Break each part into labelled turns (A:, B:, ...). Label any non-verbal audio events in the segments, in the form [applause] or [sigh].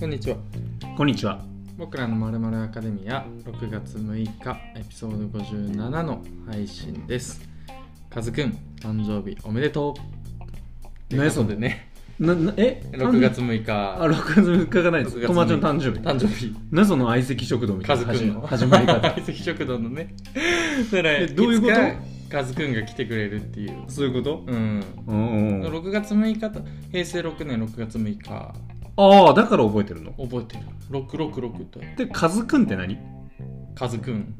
A: こんにちは
B: こんにちは。
A: 僕らのまるまるアカデミア6月6日エピソード57の配信ですカズくん誕生日おめでとう
B: 何
A: そ
B: そう
A: でね
B: ななえ
A: 6月
B: 誕
A: 6
B: あ、
A: 日
B: 6月3日がないで
A: 6
B: す。
A: 月
B: 友達の誕生日。
A: 誕生日
B: なその相席食堂みた
A: カ
B: い
A: ズく
B: な始
A: んの
B: ま始ま
A: [laughs]
B: り方。
A: 相席食堂のねだから
B: えどういうこと
A: つかカズくんが来てくれるっていう
B: そういうこと
A: うん
B: うんうん。
A: 6月6日と平成6年6月6日
B: ああ、だから覚えてるの。
A: 覚えてる666と
B: で、カズくんって何
A: カズくん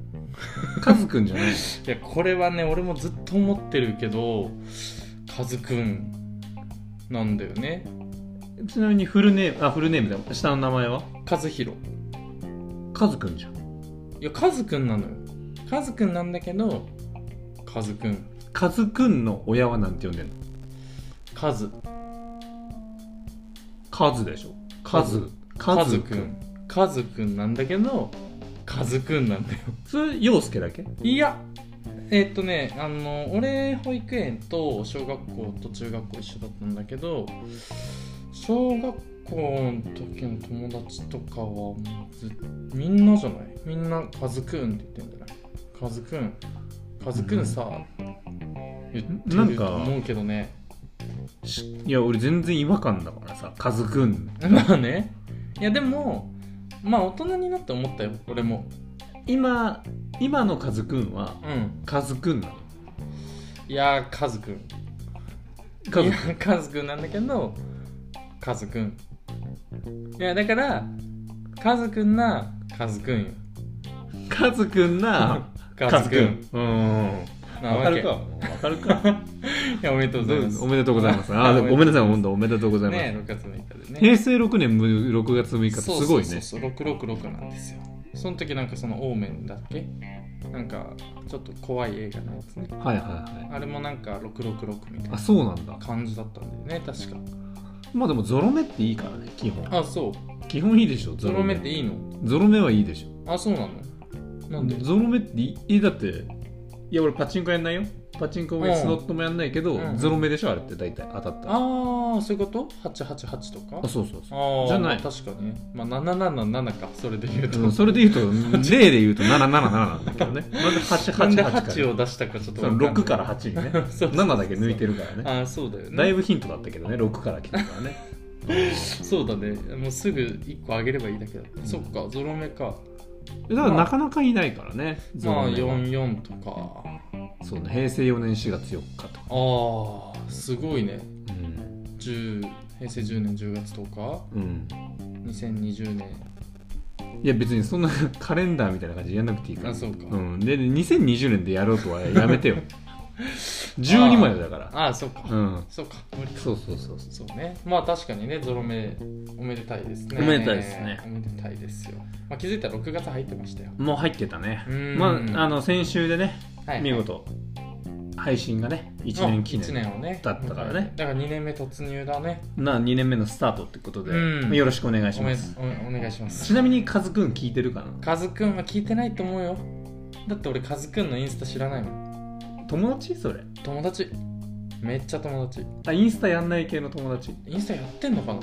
B: カズくんじゃない。 [laughs]
A: いやこれはね俺もずっと思ってるけどカズくんなんだよね
B: ちなみにフルネーム、あ、フルネームだよ。下の名前は
A: カズヒロ
B: カズくんじゃん。
A: いやカズくんなのよカズくんなんだけどカズくん
B: カズくんの親はなんて呼んでんの
A: カズ
B: カズでしょ。カズ。
A: カ
B: カ
A: ズ
B: ズ
A: く
B: く
A: ん
B: ん。
A: カズくんなんだけどカズくんなんだよ
B: それ、洋介だけ
A: いやえっとねあの俺保育園と小学校と中学校一緒だったんだけど小学校の時の友達とかはもうずみんなじゃないみんな「カズくん」って言ってんじゃない「カズくんカズくんさ」言
B: な
A: っ
B: ん
A: てる
B: か
A: と思うけどね [laughs]
B: しいや、俺全然違和感だからさ。カズくん。
A: まあねいやでもまあ大人になって思ったよ俺も
B: 今、今のカズくんは、
A: うん
B: カズくんなの。
A: いやーカズくん
B: カズ
A: いやカズくんなんだけどカズくんいやだからカズくんなカズくんよ
B: カズくんな
A: カズくん
B: うんうん
A: な
B: わ
A: わ
B: か
A: け
B: るか
A: い
B: わかるか
A: やおめでとうございます
B: おめでとうございますあ
A: おめでとう
B: ごめんなさい本当おめでとうございます、
A: ね6月6日でね
B: 平成6年6月6日ってすごいね
A: そうそうそう666なんですよその時なんかそのオーメンだっけなんかちょっと怖い映画のやつね
B: はいはいはい
A: あれもなんか666みたい
B: あ
A: な
B: そうなんだ
A: 感じだったんだよね確か
B: まあでもゾロ目っていいからね基本
A: あそう
B: 基本いいでしょ
A: ゾロ目っていいの
B: ゾロ目はいいでしょ
A: あそうなのなんで
B: ゾロ目っていいえだっていや俺パチンコやんないよパチンコも
A: うん
B: スロットもやんないけど、
A: うん
B: ゾロ目でしょあれって大体当たったら
A: ああそういうこと ?888 とか
B: あそうそうそう
A: あー
B: じゃない
A: まあ確かに。まあ、777か、それで言うと。
B: うんそれで言うと0で言うと777なんだけどねなんで888
A: なんで
B: から
A: 8を出したかちょっと
B: その6から8にね
A: [laughs] そうそう
B: 7だけ抜いてるからね
A: ああー、そうだよね。
B: だいぶヒントだったけどね6から来てるからね
A: そうだね。もうすぐ1個上げればいいだけだった。そっか、ゾロ目か。
B: だからなかなかいないからね、
A: まあ、
B: ゾロ目は
A: 44とか。
B: そうね平成4年4月4日とか、
A: ああ、すごいね。
B: うん
A: 10平成10年10月10日
B: うん、
A: 2020年
B: いや別にそんな [laughs] カレンダーみたいな感じでやんなくていいから
A: あそうか、
B: ん、でで2020年でやろうとはやめて
A: [laughs]
B: よ12までだから
A: ああそうか、
B: うん
A: そうか無理か
B: そうそうそうそ
A: そうねまあ確かにねゾロ目おめでたいですね
B: おめでたいですね
A: おめでたいですよ、まあ、気づいたら6月入ってましたよ
B: うもう入ってたね
A: うん
B: まああの先週でね、
A: はい
B: 見事配信がね1年記念
A: 1年をね
B: だったからね
A: だから2年目突入だね
B: な2年目のスタートってことで、
A: うん
B: よろしくお願いし
A: おめ
B: ます
A: おめお願いします
B: ちなみにカズくん聞いてるかな
A: カズくんは聞いてないと思うよだって俺カズくんのインスタ知らないもん
B: 友達それ
A: 友達めっちゃ友達
B: あインスタやんない系の友達
A: インスタやってんのかな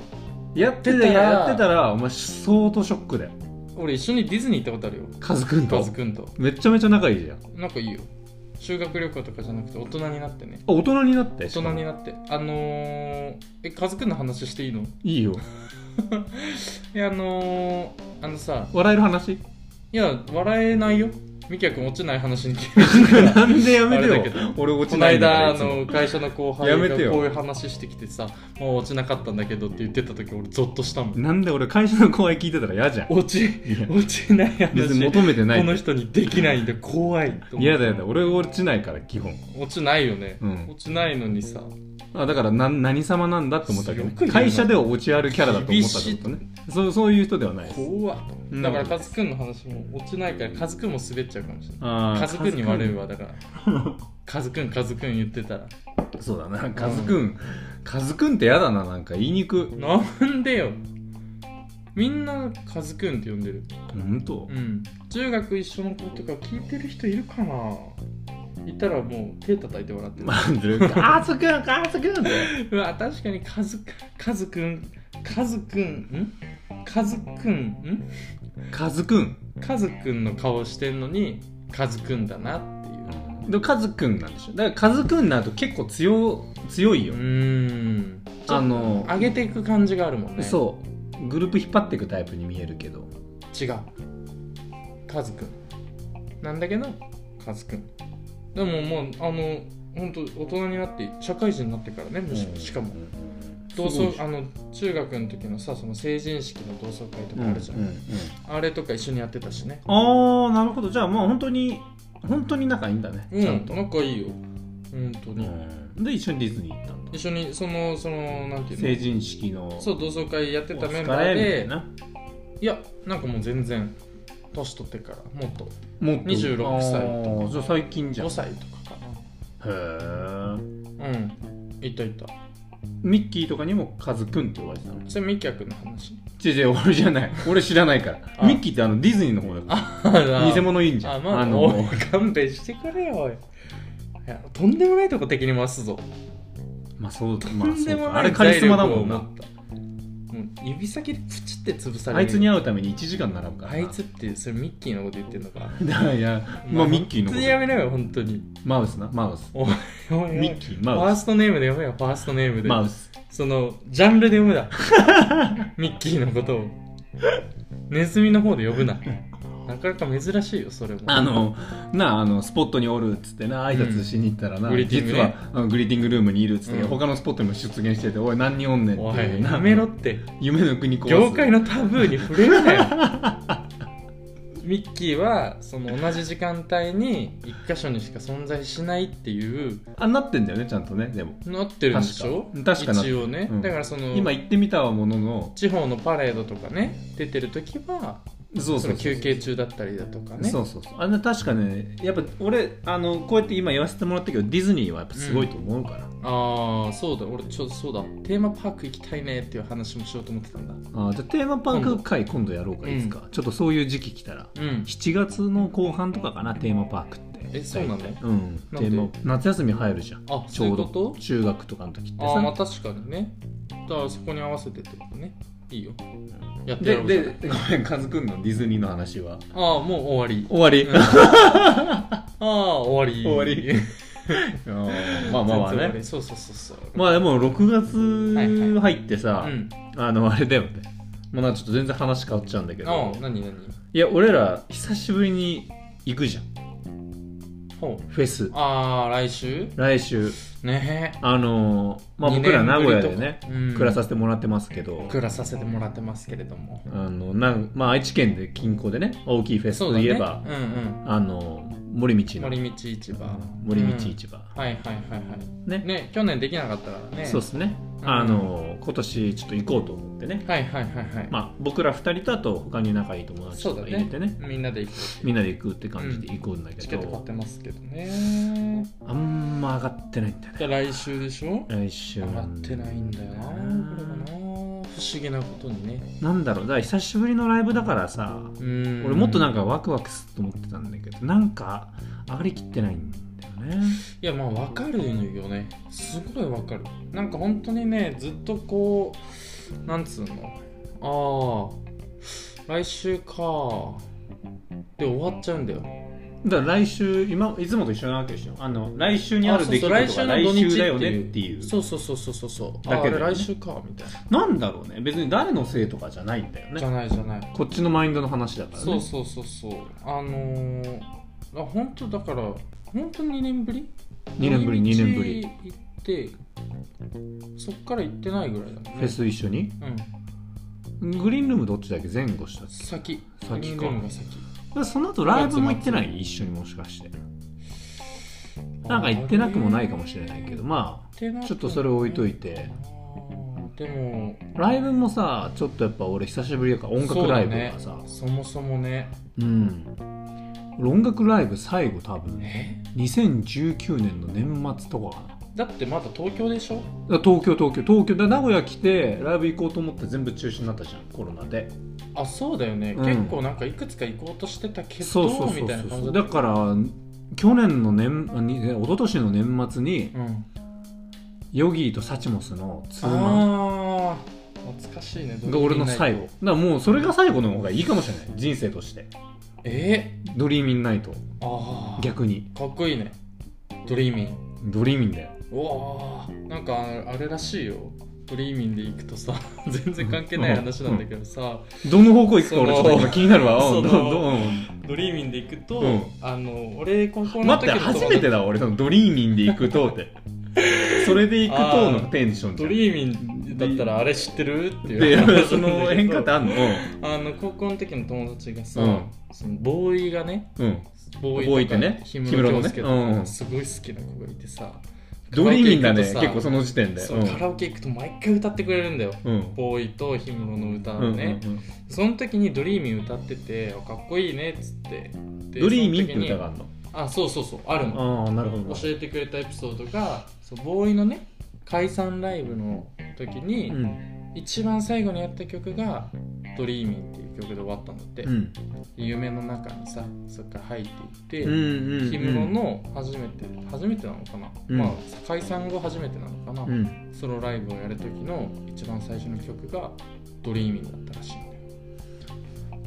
B: やって
A: やって
B: た
A: たら
B: やってたらお前相当ショックだよ
A: 俺一緒にディズニー行ったことあるよ
B: カズくん
A: カ
B: と
A: ズくんと
B: めちゃめちゃ仲いいじゃんあ
A: なんかいいよ修学旅行とかじゃなくて大人になってね
B: 大人になって
A: 大人になってあのー、えカズくんの話していいの
B: いいよ
A: えあのー、あのさ
B: 笑える話
A: いや笑えないよミキヤ君落ちない話に聞い
B: [laughs] なんでやめて
A: あれだけ
B: よ
A: ど
B: 俺落
A: こ
B: ち
A: の
B: ないんだから
A: 間あ
B: いつも
A: の会社の後輩
B: や
A: が
B: め
A: こう
B: てよ
A: いう話してきてさ「もう落ちなかったんだけど」って言ってた時俺ゾッとしたもん
B: なんで俺会社の後輩聞いてたら嫌じゃん
A: 落
B: [laughs]
A: ち
B: いや
A: 落ちない
B: 別に
A: 話こ
B: 求めてない
A: の人にできないんで怖いと思う
B: 嫌だ嫌だ俺落ちないから基本
A: 落ちないよね、
B: うん
A: 落ちないのにさ
B: あだからな何様なんだって思ったけ
A: すごい
B: ど
A: な
B: 会社では落ちあるキャラだと思ったってことねそうそういう人ではないです
A: 怖っ
B: うん
A: だからカズくんの話も落ちないからカズくんも滑っちゃうかもしれない
B: あー
A: カズくんに悪いわだから
B: [laughs]
A: カズくんカズくん言ってたら
B: そうだな、カズくん。カズくんってやだな、なんか言いにくい。
A: なんでよみんなカズくんって呼んでる
B: 本当 [laughs]
A: うん中学一緒の子とか聞いてる人いるかないたらもう手叩いて笑ってる、
B: まあ、ずるあずくんあずくんって
A: うわ確かにカズカズくんカズくんんカズくんん
B: カズくん
A: カズくんの顔してんのにカズくんだなっていう
B: でもカズくんなんでしょだからカズくんになると結構強強いうよ、
A: ーん
B: あの
A: 上げていく感じがあるもんね
B: そうグループ引っ張っていくタイプに見えるけど
A: 違うカズくんなんだけどカズくんでももうあの本当大人になって社会人になってからねむししかも同
B: すごい
A: 窓
B: じゃん
A: あの中学の時のさその成人式の同窓会とかあるじゃん、
B: うんうんうん
A: あれとか一緒にやってたしね
B: ああなるほどじゃあまあ本当に本当に仲いいんだね、
A: う
B: ちゃん
A: ん
B: と、
A: 仲いいよ本当に、
B: うんで一緒にディズニー行ったんだ
A: 一緒にそのそのなんていうの
B: 成人式の
A: そう同窓会やってたメンバーで
B: お疲れみたいない
A: やなんかもう全然年取ってからもっと
B: もっと
A: 26歳
B: あーじゃあ最近じゃん
A: 5
B: へ
A: 歳とかか
B: え
A: なうんいたいた
B: ミッキーとかにもカズくんって呼ばれてたの
A: それミキヤ君の話
B: 違う違う俺じゃない [laughs] 俺知らないから
A: あ
B: ミッキーってあのディズニーの方だか
A: あ
B: ら偽物いいんじゃん
A: あ、まあ、
B: の
A: おい勘弁してくれよ、おい。いや、とんでもないとこ敵に回すぞ。
B: まあそうだ
A: と
B: まあ
A: ん
B: そ
A: で
B: う
A: も
B: か
A: ない
B: あれカリスマだもんな
A: 財力を持ったもう指先でプチって潰される。
B: あいつに会うために1時間並ぶからな
A: あいつって、それミッキーのこと言ってんのか。
B: だから [laughs] いやまあミッキーの
A: 本当
B: こと
A: にやめろよ、本当に。
B: マウスなマウス
A: おいおいおい
B: ミッキー
A: フ
B: マ
A: ァ
B: ウ
A: ーストネームで読めよ、ファーストネーム
B: ス
A: で。
B: マウス
A: その、ジャンルで読むな。 [laughs] ミッキーのことを。ネズミの方で呼ぶな。なかなか珍しいよ、それも。
B: あのなああのスポットにおるっつってな挨拶しに行ったらな、
A: うんグリーティング
B: 実
A: ね
B: はあのグリーティングルームにいるっつって、
A: うん
B: 他のスポットにも出現してて「おい何人おんねん」
A: お
B: っていう
A: い、
B: な
A: やめろって。
B: 夢の国壊す
A: 業界のタブーに触れる
B: [laughs]
A: なよミッキーはその同じ時間帯に一箇所にしか存在しないっていう
B: あなってんだよねちゃんとねでも
A: なってるんでしょ
B: 確か確かなって
A: 一応ね、
B: うん
A: だからその
B: 今行ってみたものの
A: 地方のパレードとかね出てる時は
B: そう
A: そ
B: そうそう
A: の休憩中だったりだとかね
B: そうそうそうあの確かねやっぱ俺あのこうやって今言わせてもらったけどディズニーはやっぱすごいと思うから、
A: ああそうだ俺ちょっとそうだテーマパーク行きたいねっていう話もしようと思ってたんだ
B: あーじゃあテーマパーク会今度やろうか、
A: うん
B: いつかちょっとそういう時期来たら
A: うん
B: 7月の後半とかかなテーマパークって
A: えそうなの
B: うん
A: な
B: テ
A: んで
B: ーマ夏休み入るじゃん
A: あ
B: ち
A: そうい
B: ょう
A: うこ
B: ど
A: と
B: 中学とかの時って
A: ああまあ
B: さ
A: 確かにねだからそこに合わせてってことねいいよやってや
B: で
A: ろう
B: で
A: じゃあ
B: ごめんカズくんのディズニーの話は
A: ああ、もう終わり。
B: 終わり、
A: うん
B: あ
A: ああ、終わり。
B: 終わりーまあまあまあ
A: 全然終わ
B: ね
A: りそうそうそうそう。
B: まあでも
A: はい
B: 6月入ってさ、
A: うん。
B: あのあれだよねもうなんかちょっと全然話変わっちゃうんだけ
A: ああ
B: ど、
A: なにない
B: や俺ら久しぶりに行くじゃん
A: ほう。
B: フェス
A: ああ、来週
B: 来週
A: ねえ。
B: あのーまあ、
A: 二
B: 僕ら
A: 年ぶりとか
B: 名古屋でね、
A: うん
B: 暮らさせてもらってますけど
A: 暮らさせてもらってますけれども。
B: あのなん、まあ、愛知県で近郊でね大きいフェス
A: そう
B: と
A: だね。
B: いえば、
A: うんうん。
B: あの森道の
A: 森道市場。
B: 森道市
A: 場。
B: 場、
A: はいはいはいはい。
B: ね
A: ね、去年できなかったからね。
B: そうですね、
A: うん
B: あの今年ちょっと行こうと思ってね、
A: はいはいはいはい。
B: まあ、僕ら2人とあと他に仲いい友達
A: そ
B: と
A: うだ
B: か
A: ね
B: 入れてね
A: みんなで行く。
B: みんなで行くって感じで行こうんだけ
A: チケット買
B: ど
A: っ、てますけどね。
B: あんま上がってないんだよね
A: で、来週でしょ
B: 来週
A: 上
B: な
A: がっ
B: んだ
A: て
B: よ
A: ないんだよな。これがな。不思議なことにね。
B: なんだろうだから久しぶりのライブだからさ、
A: うん
B: 俺もっとなんかワクワクすると思ってたんだけどなんか上がりきってないんだよね
A: いやまあわかるよねすごいわかるなんか本当にねずっとこうなんつうのああ来週かで終わっちゃうんだよ
B: だから来週今いつもと一緒なわけでしょあの来週にあ
A: あ
B: る
A: そう
B: 出来
A: そう
B: 事が来週
A: 来週の土日
B: だよねっていう
A: そうそうそうそうそうそう
B: だけだよね
A: ああれ来週かみたいな、
B: なんだろうね別に誰のせいとかじゃないんだよ
A: じゃ
B: ね
A: ないじゃない、
B: こっちのマインドの話だからね
A: そうそうそうそうあのー、あ本当だから本当に2年ぶり
B: 2年ぶり
A: 森
B: 2
A: 道
B: 年ぶり
A: 行ってそっから行ってないぐらいだもんね
B: フェス一緒に
A: うん
B: グリーンルームどっちだっけ前後したっけ
A: 先
B: 先か
A: グリーンルームが先
B: だからその後ライブも行ってない一緒にもしかしてなんか行ってなくもないかもしれないけどまあちょっとそれ置いといて
A: でも
B: ライブもさちょっとやっぱ俺久しぶりだから音楽ライブがさ
A: そもそもね
B: う,、ん俺音楽ライブ最後多分
A: え
B: 2019年の年末とかかな
A: だってまだ東京でしょ
B: だから東京東京東京で名古屋来てライブ行こうと思って全部中止になったじゃんコロナで
A: あそうだよね、
B: うん
A: 結構なんかいくつか行こうとしてたけど
B: そうそうそ
A: み
B: う
A: たいな
B: そ
A: 感
B: う
A: じ
B: だ
A: った
B: から去年の年あに一昨年の年末に
A: うん、
B: ヨギーとサチモスのツーマン
A: ああ懐かしいねドリーミーナイト
B: が俺の最後だからもうそれが最後の方がいいかもしれない人生として
A: え
B: ドリーミンナイト
A: ー、ああ
B: 逆に
A: かっこいいねドリーミン
B: ドリーミンだよ
A: うわーなんかあれらしいよドリーミンで行くとさ [laughs] 全然関係ない話なんだけどさ、
B: どの方向行くか俺ちょっと
A: そ
B: 今
A: の
B: 気になるわ
A: その
B: うんどんどん
A: ドリーミンで行くと、
B: うん
A: あの俺高校の
B: 待
A: 時
B: って
A: の
B: 初めてだ俺のドリーミンで行くとってそれで行くとのテンションじゃ
A: ド
B: ん
A: リーミンだったらあれ知ってるっていう
B: で
A: 話
B: その変化ってあんの
A: あの高校の時の友達がさ、
B: うん
A: そのボーイがね
B: うん、うん、
A: ボ
B: ボー
A: ー
B: イ
A: イ
B: っ
A: とか
B: てね
A: 氷室京介とか
B: 氷室ねうん
A: すごい好きな子がいてさ
B: ドリーミンだね
A: カラオケ行くとさ
B: 結構その時点で
A: そううんカラオケ行くと毎回歌ってくれるんだよ
B: うん
A: ボーイと氷室の歌
B: うんう
A: を
B: ん
A: ね、
B: うん
A: その時に「ドリーミン」歌っててあかっこいいねっつってで
B: ドリーミンって
A: その時
B: 歌
A: に
B: があるの
A: あそうそうそうあるの
B: ああなるほ
A: 教えてくれたエピソードがそうボーイのね解散ライブの時に、
B: うん
A: 一番最後にやった曲が「ドリーミン」っていう曲で終わったんだって、
B: うん
A: 夢の中にさそっから入っていって、
B: うんうんうん
A: 氷室の初めて初めてなのかな、
B: うん
A: まあ解散後初めてなのかな、
B: うん
A: ソロライブをやる時の一番最初の曲が「ドリーミン」だったらしいんだよ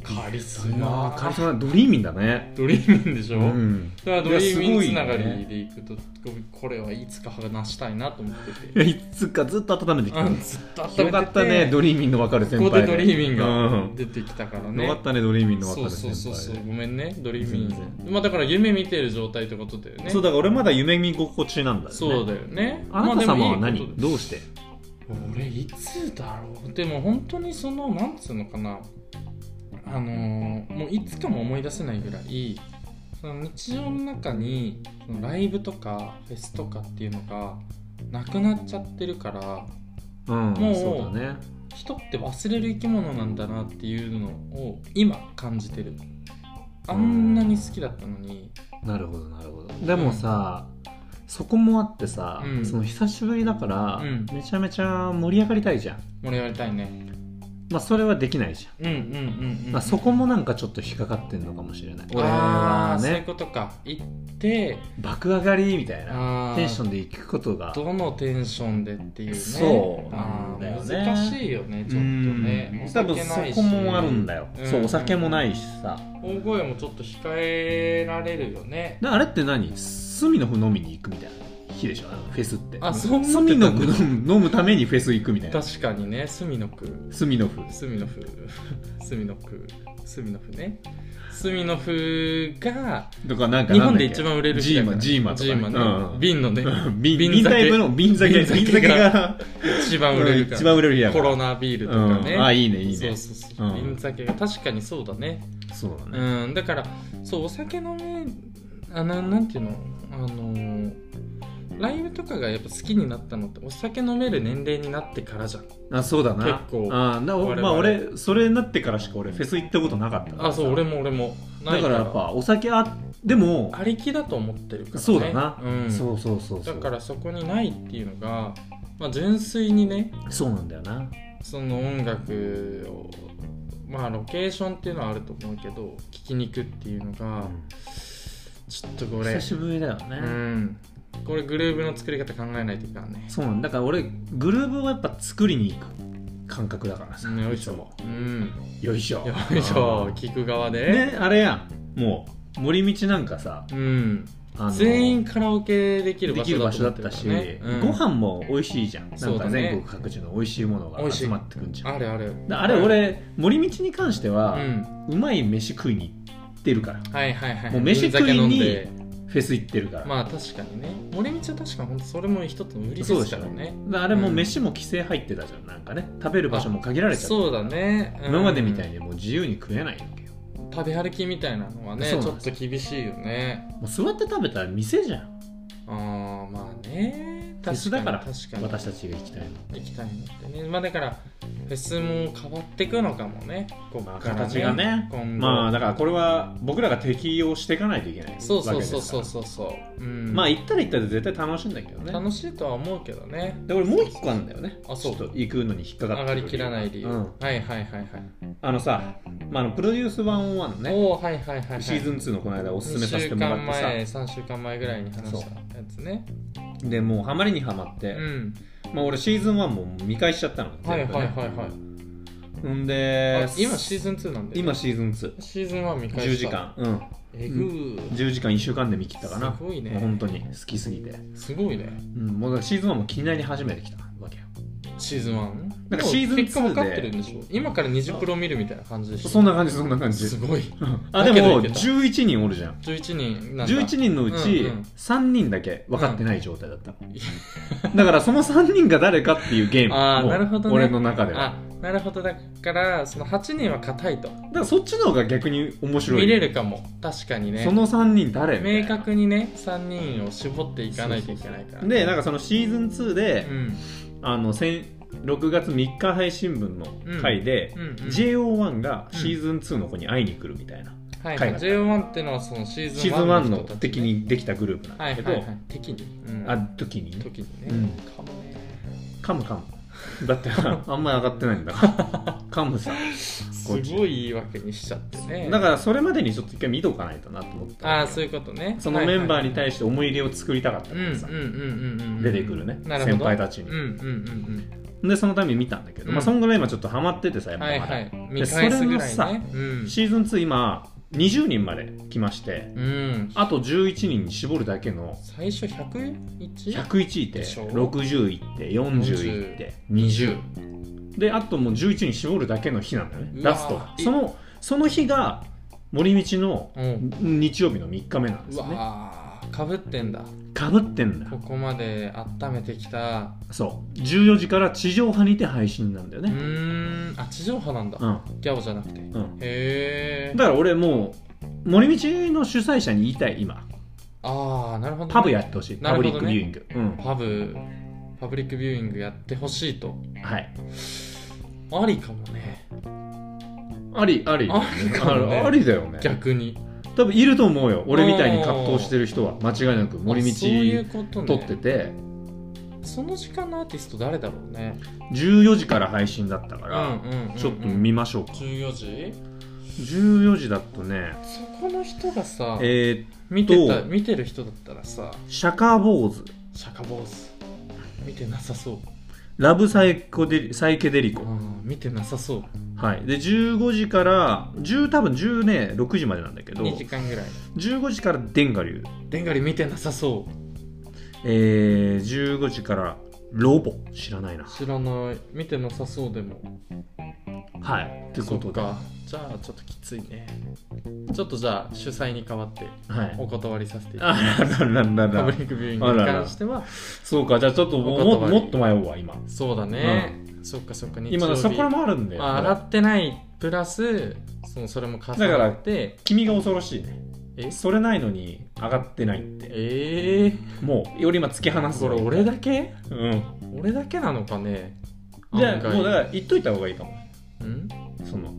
A: カリスマ
B: ああカリスマドリーミンだね
A: ドリーミンでし
B: う
A: ょ、だ
B: ん
A: からドリーミンつなが
B: いやすごいね
A: りでいくとこれはいつか話したいなと思って
B: い [laughs]
A: て
B: やいつかずっと温めてきた
A: あ
B: の
A: ずっと温めてて
B: よかったねドリーミンの分かる先
A: ここ
B: 輩
A: でドリーミン
B: う
A: が
B: ん
A: 出てきたからね、
B: よかったねドリーミンの
A: そ
B: 分か
A: う
B: る先
A: そ
B: 輩
A: うそうそうごめんねドリーミ
B: 全
A: ンまあだから夢見てる状態ってことだよね
B: そうだから俺まだ夢見心地なんだよね
A: そうだよね
B: あなた様は
A: まあ
B: 何
A: でもいいことだよ
B: どうして
A: 俺いつだろうでも本当にそのなんつうのかなあのーもういつかも思い出せないぐらいその日常の中にそのライブとかフェスとかっていうのがなくなっちゃってるから
B: うん
A: もう
B: そうだね
A: 人って忘れる生き物なんだなっていうのを今感じてるあんなに好きだったのに
B: なるほどなるほどでもさ、そこもあってさ、
A: うん
B: その久しぶりだから、
A: うん
B: めちゃめちゃ盛り上がりたいじゃん
A: 盛り上がりたいね
B: まあそれはできないじゃん、
A: うんうんうん、うん、
B: まあ、そこもなんかちょっと引っかかってんのかもしれない俺
A: あ
B: は
A: ーそういう
B: ね
A: ことか行って
B: 爆上がりみたいな
A: あ
B: テンショ
A: ン
B: ンで行くことが
A: どのテンションでっていうね
B: そう
A: あー
B: なんだよね
A: 難しいよねちょっとね
B: うん多分そこもあるんだ
A: よ
B: よ、
A: うん
B: そうお酒もないしさ
A: 大声もちょっと控えられるよね
B: であれって何隅の風飲みに行くみたいな日でしょあのフェスって
A: あそう思ってた
B: 隅の風飲むためにフェス行くみたいな
A: 確かにね隅の句
B: 隅の風
A: 隅の [laughs] 句隅の句隅の句ね隅の句が
B: とかなんか
A: 日
B: なんだ
A: 本
B: っけ
A: で一番売れる
B: ジ
A: 日だ
B: ー
A: か
B: マ
A: ら
B: ジーマとか
A: ジーマね、
B: うん
A: 瓶の
B: [laughs]
A: ね
B: 瓶
A: 瓶
B: 瓶タイ
A: 酒
B: プの瓶酒
A: 瓶
B: 瓶
A: 酒
B: 酒が
A: 一番売れるから
B: 一番売れるや
A: コロナビールとかね、
B: うんあいいねいいね
A: そうそうそう、
B: うん
A: 瓶酒が確かにそうだね
B: そうだね
A: うんだからそうお酒のねあななんていうのあのーライブとかがやっぱ好きになったのってお酒飲める年齢になってからじゃん
B: あそうだな
A: 結構
B: あな
A: 我々
B: まあ俺それになってからしか俺フェス行ったことなかったから
A: あ
B: さ
A: そう俺も俺もな
B: だ
A: い
B: からやっぱお酒あでも
A: ありきだと思ってるからね
B: そうだな
A: うん、
B: そうそうそうそう
A: だからそこにないっていうのが、まあ、純粋にね
B: そうなんだよな
A: その音楽をまあロケーションっていうのはあると思うけど聴きに行くっていうのがちょっとこれ
B: 久しぶりだよね
A: うんこれグルーブの作り方考えないといかんね
B: そうなんだから俺グルーブをやっぱ作りに行く感覚だからさ
A: よいし
B: つも
A: ょうん
B: よいしょ
A: よいしょ聞く側で、
B: ねあれやんもう森道なんかさ
A: うん
B: あの
A: 全員カラオケできる
B: で
A: 場
B: き
A: 所
B: る
A: だ
B: 場
A: と
B: 所
A: 思
B: だ
A: っ
B: って
A: る
B: た
A: か
B: し、
A: らねうん
B: ご飯も美味しいじゃんな
A: そ
B: ん
A: うだ
B: か
A: ね
B: 全国各地の美味しいもの
A: 美
B: が
A: 味しい
B: 集まってくんじゃん
A: あるある
B: だあれ俺森道に関して
A: う
B: は、
A: ん
B: うまい飯食いに行ってるから
A: はいはいはい
B: もう飯食
A: 銀
B: いに
A: 酒飲んで
B: フェス行ってるから、
A: まあ確かにね森道は確かに本当それも一つの売りで
B: そうですし
A: か
B: ょ
A: らね
B: だあれも飯も規制入ってたじゃんなんかね食べる場所も限られちゃう
A: そうだね、うん
B: 今までみたいにもう自由に食えないわけよ
A: 食べ歩きみたいなのはねち
B: そ
A: ょ
B: うなん
A: っ
B: です
A: と厳しいよね
B: もう座って食べたら店じゃん
A: あーまあね
B: フェスだから
A: 確かに確かに
B: 私たちが行きたいの
A: 行きたいのってねまあだからフェスも変わってくのかもねこっ
B: まあ、
A: から
B: 形がね
A: 今後
B: まあだからこれは僕らが適用していかないといけないわけですか
A: そ
B: ら
A: うそうそうそうそうそう、うん、
B: まあ行ったら行ったで絶対楽しいんだけどね
A: 楽しいとは思うけどね
B: で俺もう一個あるんだよね
A: あそう
B: ちょっと行くのに引っかか
A: 上
B: って
A: が
B: る
A: りきらない理由、
B: うん
A: はいはいはいはい、
B: あのさ、まあ、あのプロデュース101のね
A: おおはいはいはい、はい、
B: シーズン2のこの間おすすめさせてもらってさ
A: 2週間前3週間前ぐらいに話したやつね
B: でもうハマりにハマっ
A: う
B: て、
A: ん
B: まあ、俺シーズン1も見返しちゃったの
A: はい
B: 全部
A: はいはい
B: ね
A: はい、
B: ほんで
A: あ今シーズン2なんで
B: 今シーズン2
A: シーズン1見返した
B: 10時間うん
A: えぐー、
B: 10時間1週間で見切ったかな
A: すごいね
B: もう本当に好きすぎて、
A: すごいね
B: うん、もうだからシーズン1も気になり始めてきたわけよ
A: シーズン 1?
B: なんかシーズン2で
A: 結果分かってるんでしょ今から20プロ見るみたいな感じでしょ
B: そんな感じそんな感じ
A: すごい
B: あで
A: だけど
B: も
A: いけた
B: 11人おるじゃん
A: 11人なんだ
B: 11人のうち
A: うんうん
B: 3人だけ分かってない状態だった、だからその3人が誰かっていう [laughs] ゲーム
A: あーなるほどね
B: 俺の中では
A: あなるほどだからその8人は硬いと
B: だからそっちの方が逆に面白い
A: 見れるかも確かにね
B: その3人誰みたい
A: 明
B: な
A: 確にね3人を絞っていかないといけないから
B: でなんかそのシーズン2で、
A: うん
B: あの先6月3日配信分の回で、
A: うんうんうん
B: JO1 がシーズン2の子に会いに来るみたいな、
A: はい
B: 海外
A: JO1 ってのはそのシーズ
B: シ
A: ン
B: ーズン1
A: 1
B: の
A: 人たち
B: 敵にできたグループなん
A: は
B: だ
A: い
B: け
A: はい
B: ど、
A: はい敵にうん
B: あ時に
A: 時にね
B: うん
A: かもね
B: 噛む噛むだってあんまり上がってないんだから噛むさ
A: す
B: こっち
A: ごい言い訳にしちゃってね
B: だからそれまでにちょっと一回見とかないとなと思った
A: ああそういうことね
B: そのメンバーに
A: し
B: 対して思い入れを作りたかった
A: て
B: か
A: うんうんう
B: ら
A: ん
B: さ、
A: うんうんうん
B: 出てくるね
A: なほど
B: 先輩たち
A: う
B: に
A: んうんうん
B: でそのために見たんだけど、
A: うん
B: まあ、そんぐらい今ちょっとハマっててさや
A: う
B: っ
A: ん
B: ぱ
A: はい
B: まだ、
A: はい見返すぐらい
B: それ
A: ねうん
B: シーズン2今20人まで来まして
A: うん
B: あと11人に絞るだけの
A: 最初 101?
B: 101いて
A: でしょ
B: 60いて40いて20であともう11人絞るだけの日なんだよね
A: うわ
B: ラストが
A: え
B: そのその日が森道の
A: うん
B: 日曜日の3日目なんで
A: う
B: すよね
A: わーかぶってんだ
B: かぶってんだ
A: ここまで温めてきた
B: そう14時から地上波にて配信なんだよ
A: う
B: ね
A: ーんあ地上波なんだ
B: うん
A: ギャオじゃなくてへ
B: うん
A: え
B: だから俺もう森道の主催者に言いたい今
A: ああなるほどね
B: パブやってほしい、
A: な
B: パ
A: る
B: ブ
A: ほど
B: リ
A: ね
B: ックビューイング、うん
A: パブパブリックビューイングやってほしいと
B: はい
A: ありかもね
B: ありあり
A: ありかもね
B: あありだよね
A: 逆に
B: 多分いると思うよ俺みたいに葛藤してる人は間違いなく森
A: あそういう
B: 道
A: ことね
B: 撮ってて
A: その時間のアーティスト誰だろうね
B: 14時から配信だったか
A: う
B: ら、
A: んうんうんうん
B: ちょっと見ましょうか
A: 14時
B: 14時だとね
A: そこの人がさ
B: えー、
A: 見てた
B: どう
A: 見てる人だったらさ
B: シャカーボーズ
A: 釈迦坊主見てなさそう
B: ラブサイコデリサイケデリコ、
A: うん見てなさそう
B: はい、で15時から10多分10ね6時までなんだけど
A: 2時間ぐらい
B: 15時からデンガ流、
A: でんがり見てなさそう
B: えー、15時からロボ知らないな
A: 知らない見てなさそうでも
B: はいってことで、
A: そっ
B: は
A: かじゃあちょっときついねちょっとじゃあ主催に代わって
B: い、
A: お断りさせていただき
B: あららら
A: [laughs]
B: ら
A: ますパブ
B: ら
A: リックビューイングに関しては
B: そうかじゃあちょっとも
A: お断
B: も
A: り
B: もっと迷うわ今
A: そうだね、そっかそっか日曜日
B: 今そこらもあるんだよ、
A: まあ、洗ってないプラスそのそれも重
B: だから
A: なって
B: 君が恐ろしいね
A: え
B: それないのに上がってないって
A: えー、
B: もうより今突き放す
A: これ俺だけ
B: うん
A: 俺だけなのかね
B: じゃ
A: 案
B: あ
A: 外
B: もうだから言っといた方がいいかも
A: うん
B: その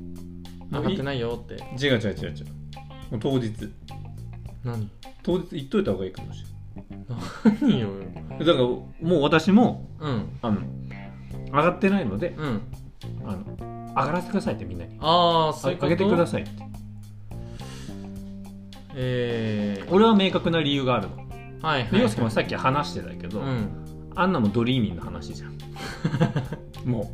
A: 上がって
B: い
A: ないよって
B: 違う違う違う違うもう当日
A: 何
B: 当日言っといた方がいいかもしれ
A: 何よ
B: ないだからもう私も
A: うん
B: あの上がってないので
A: うん
B: あの上がらせてくださいってみんなに
A: ああそういうこ
B: 上
A: と
B: げてくださいって
A: えー、
B: 俺は明確な理由があるの
A: はいはい、
B: で洋介もさっき話してたけど、
A: うん、
B: あんなもドリーミーの話じゃん
A: [laughs]
B: も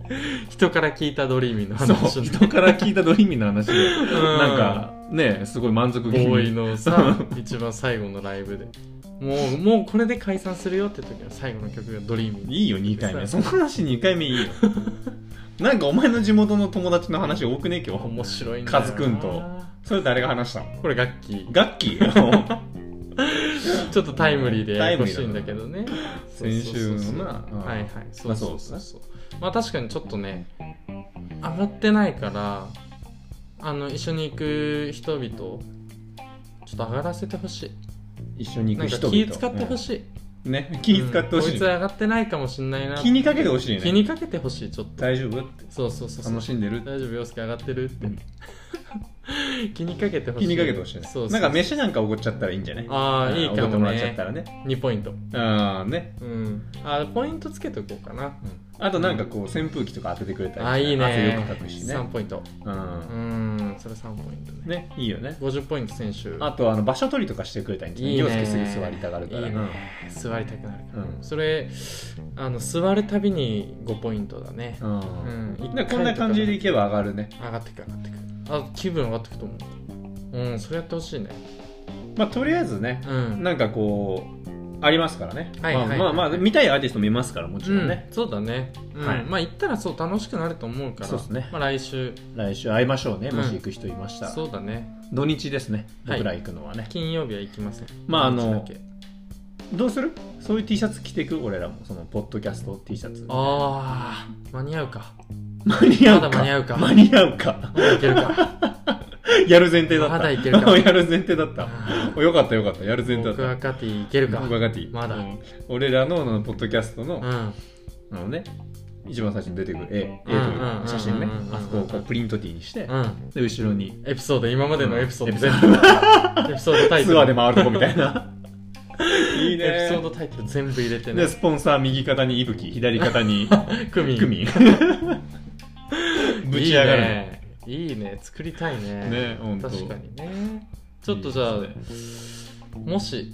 A: 人から聞いたドリーミーの
B: うそう
A: 話 [laughs] ね
B: 人から聞いたドリーミーの話で
A: うん
B: なんかねすごい満足
A: ボ
B: 気
A: ーイ
B: 味
A: の [laughs] さ一番最後のライブでもうもうこれで解散するよって時の最後の曲が「ドリーミー
B: いいよ2回目その話2回目
A: [laughs]
B: いいよなんかお前の地元の友達の話多くね今日
A: 面白いんだよな
B: カズくんとそれ誰が話したの
A: これ楽器
B: ガッキーよ
A: ちょっとタイムリーでややこしいんだけどね
B: 先週
A: そうそうそ
B: の
A: う
B: な、
A: はいはいそうそうそうそうまあ確かにちょっとね上がってないからあの一緒に行く人々ちょっと上がらせてほしい
B: 一緒に行
A: な
B: く
A: んか
B: 人々
A: 気使ってほ
B: い、
A: しい、
B: ね気使ってほし
A: うんこい
B: い、
A: つ上がってないかもしんないな
B: 気にかけてほしいね
A: 気にかけてほしいちょっと
B: 大丈夫って
A: そうそうそうそう
B: 楽しんでるって
A: 大丈夫陽介上がってるって、 [laughs] 気にかけてほし
B: 気
A: い
B: にかけてほしいね
A: そうそう
B: なんか飯なんかおごっちゃったらいいんじゃない
A: ああいいか
B: おごっても
A: も
B: らっちゃった
A: ね
B: らね
A: 2ポイント
B: あーね
A: うんあポイントつけておこうかな
B: あとなんかこう扇風機とか当ててくれたり
A: あいいね
B: 汗よくかくしね
A: 3ポイント
B: う
A: うんんそれ3ポイントね
B: ねいいよね
A: 50ポイント選手
B: あとあの場所取りとかしてくれたらいいんじゃない
A: いいね
B: 陽介すぐ座りたがるから
A: いいね
B: うん
A: 座りたくなるから、
B: うん
A: それあの座るたびに5ポイントだね、
B: う
A: う
B: ん
A: ん
B: でこんな感じでいけば上がるね、
A: 上がってく上がってくあ気分上がってくと思ううんそれやってほしいね
B: まあ、とりあえずね、
A: うん
B: なんかこうありますからね、
A: はいはいはい
B: まあまあ、まあ、見たいアーティスト見ますからもちろんね、
A: うんそうだね、うん
B: はい
A: まあ行ったらそう楽しくなると思うから
B: そうっすね
A: まあ、来週
B: 来週会いましょうね
A: うん
B: もし行く人いましたら、
A: そうだね
B: 土日ですね
A: はい
B: 僕ら行くのはね、
A: 金曜日は行きません
B: まああの
A: 土日だけ
B: どうするそういう T シャツ着てく俺らもそのポッドキャスト T シャツ
A: あー間に合うか
B: [laughs] 間に合うか
A: まだ間に合うか
B: 間に合うか
A: まだいけるか
B: [laughs] やる前提だった
A: まだいけるか
B: [laughs] やる前提だった
A: あ
B: およかったよかったやる前提
A: ー
B: だっ
A: 僕は
B: た
A: カティいけるか
B: 僕はガティ
A: まだ
B: うん俺らのあのポッドキャストの、
A: うん
B: あのね一番最初に出てくる絵絵と
A: うん
B: いうか写真ね
A: うんうんうんうん
B: あそこをこうプリントティーにして
A: うん
B: で後ろに
A: エピソード今までのエピソード全
B: うんエ
A: 部
B: ピソー
A: エピソードタイト
B: ドツ
A: ル
B: アーで回るとこみた
A: [laughs]
B: いないいね
A: エピソードタイトル全部入れてね
B: でスポンサー右肩にいぶき左
A: [laughs]
B: 肩に
A: クミン
B: クミンぶち上がるね
A: いいねいいね作りたいね
B: ねほんと
A: 確かにねちょっとじゃあ
B: いいで
A: もし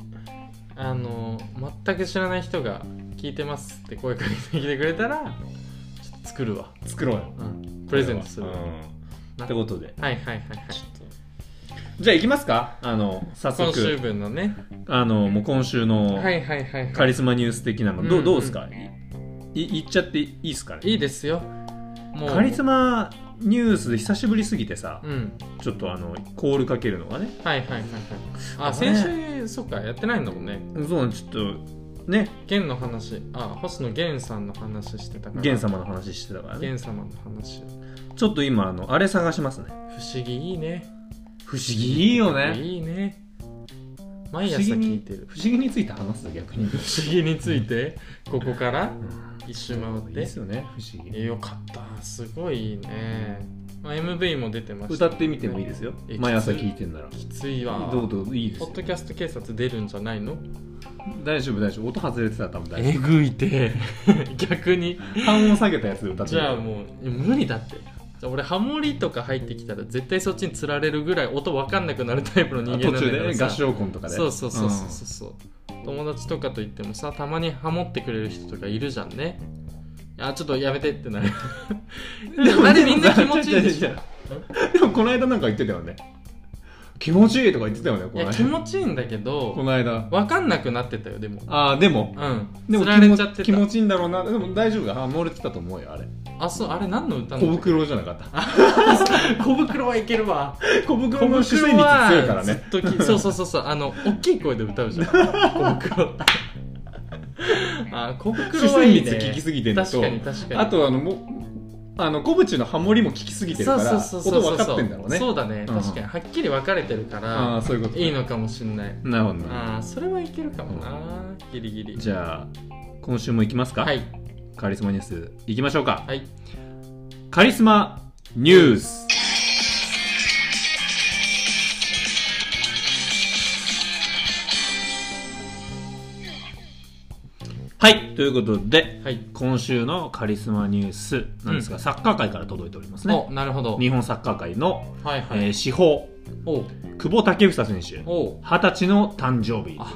A: あの全く知らない人が聞いてますって声かけてきてくれたらちょっと作るわ、
B: 作ろうよ
A: うん、プレゼントする
B: う
A: わ
B: ん
A: な
B: ってことで
A: はいはいはいはい
B: ちょっとじゃあ行きますかあの早
A: 今週
B: 速
A: 分のね
B: あのもう今週の
A: はいはいはい
B: カ
A: は
B: リスマニュース的なの、
A: うん
B: ど
A: う
B: うんどうですかいい言っちゃっていいですかね
A: いいいですよもう
B: カリスマニュースで久しぶりすぎてさ、
A: うん
B: ちょっとあのコールかけるのがね
A: はいはいはいはいあ
B: これ
A: 先週そうかやってないんだもんね
B: そうなんちょっとね
A: 源の話あ星野源さんの話してたから
B: 源様の話してたからね
A: 源様の話
B: ちょっと今あのあれ探しますね
A: 不思議いいね
B: 不思議いいよ
A: いいね毎朝聞いてる
B: 不思議について話すと逆に、
A: 不思議についてここから一周回
B: いい
A: っ
B: で
A: て
B: すよね不思議
A: えよかったすごいいいね、まあ、MV も出てました
B: 歌ってみてもいいですよ
A: え
B: 毎朝聞いてんなら
A: きついわ
B: どうどういいです
A: ポ
B: よ
A: ッドキャスト警察出るんじゃないの
B: 大丈夫大丈夫音外れてたら多分大丈
A: ぐいて [laughs] 逆に
B: 夫半音下げたやつで歌って
A: じゃあもう無理だってじゃあ俺ハモリとか入ってきたら絶対そっちにつられるぐらい音わかんなくなるタイプの人間
B: 途
A: なんだ
B: 中
A: か
B: で
A: ら
B: ね
A: さ
B: 合唱コンとかで
A: そうそうそうそうそう、う友達とかと言ってもさたまにハモってくれる人とかいるじゃんねあちょっとやめてってなる
B: うんでも
A: あれみんな気持ちいいでしょ
B: 違う違う違う [laughs] でもこの間なんか言ってたよね気持ちいいとか言ってたよねこ
A: い
B: の
A: や
B: 間
A: 気持ちいいんだけ
B: こ
A: ど
B: の間
A: 分かんなくなってたよでも
B: ああでも
A: うん
B: でも
A: つられちゃってた
B: 気持ちいいんだろうなでも大丈夫ハモれてたと思うよあれ
A: あそうあれ何の歌な
B: 小
A: の
B: 袋じゃなかっ
A: [laughs]
B: た
A: 小袋はいけるわ
B: 小袋
A: 小
B: の主
A: 袋
B: 戦率強いから
A: はず
B: ね
A: っとき [laughs] そうそうそうそうあの大きい声で歌うじゃん小袋ってあ小
B: 主
A: 袋は
B: 戦
A: いい
B: 率
A: ね
B: 聞きすぎてるの
A: 確
B: と
A: かに確かに
B: あとあのもうあの小渕のハモリも聞きすぎてるから
A: そうそう
B: 音
A: そうそう
B: 分かってんだろうね
A: そうだね
B: うん
A: 確かにはっきり分かれてるか
B: あ
A: ら
B: あそういうこと
A: いいのかもしんない
B: なるほどな
A: ああそれはいけるかもなギリギリ
B: じゃあ今週も行きますか
A: はい
B: カリスマニュース行きましょうか
A: はい
B: カリスマニュースはいということで
A: はい
B: 今週のカリスマニュースなんですが、サッカー界から届いておりますね
A: おなるほど
B: 日本サッカー界の、
A: はいは
B: え
A: い
B: ー司法
A: おう
B: 久保建英選手
A: おう
B: 二十歳の誕生日
A: あ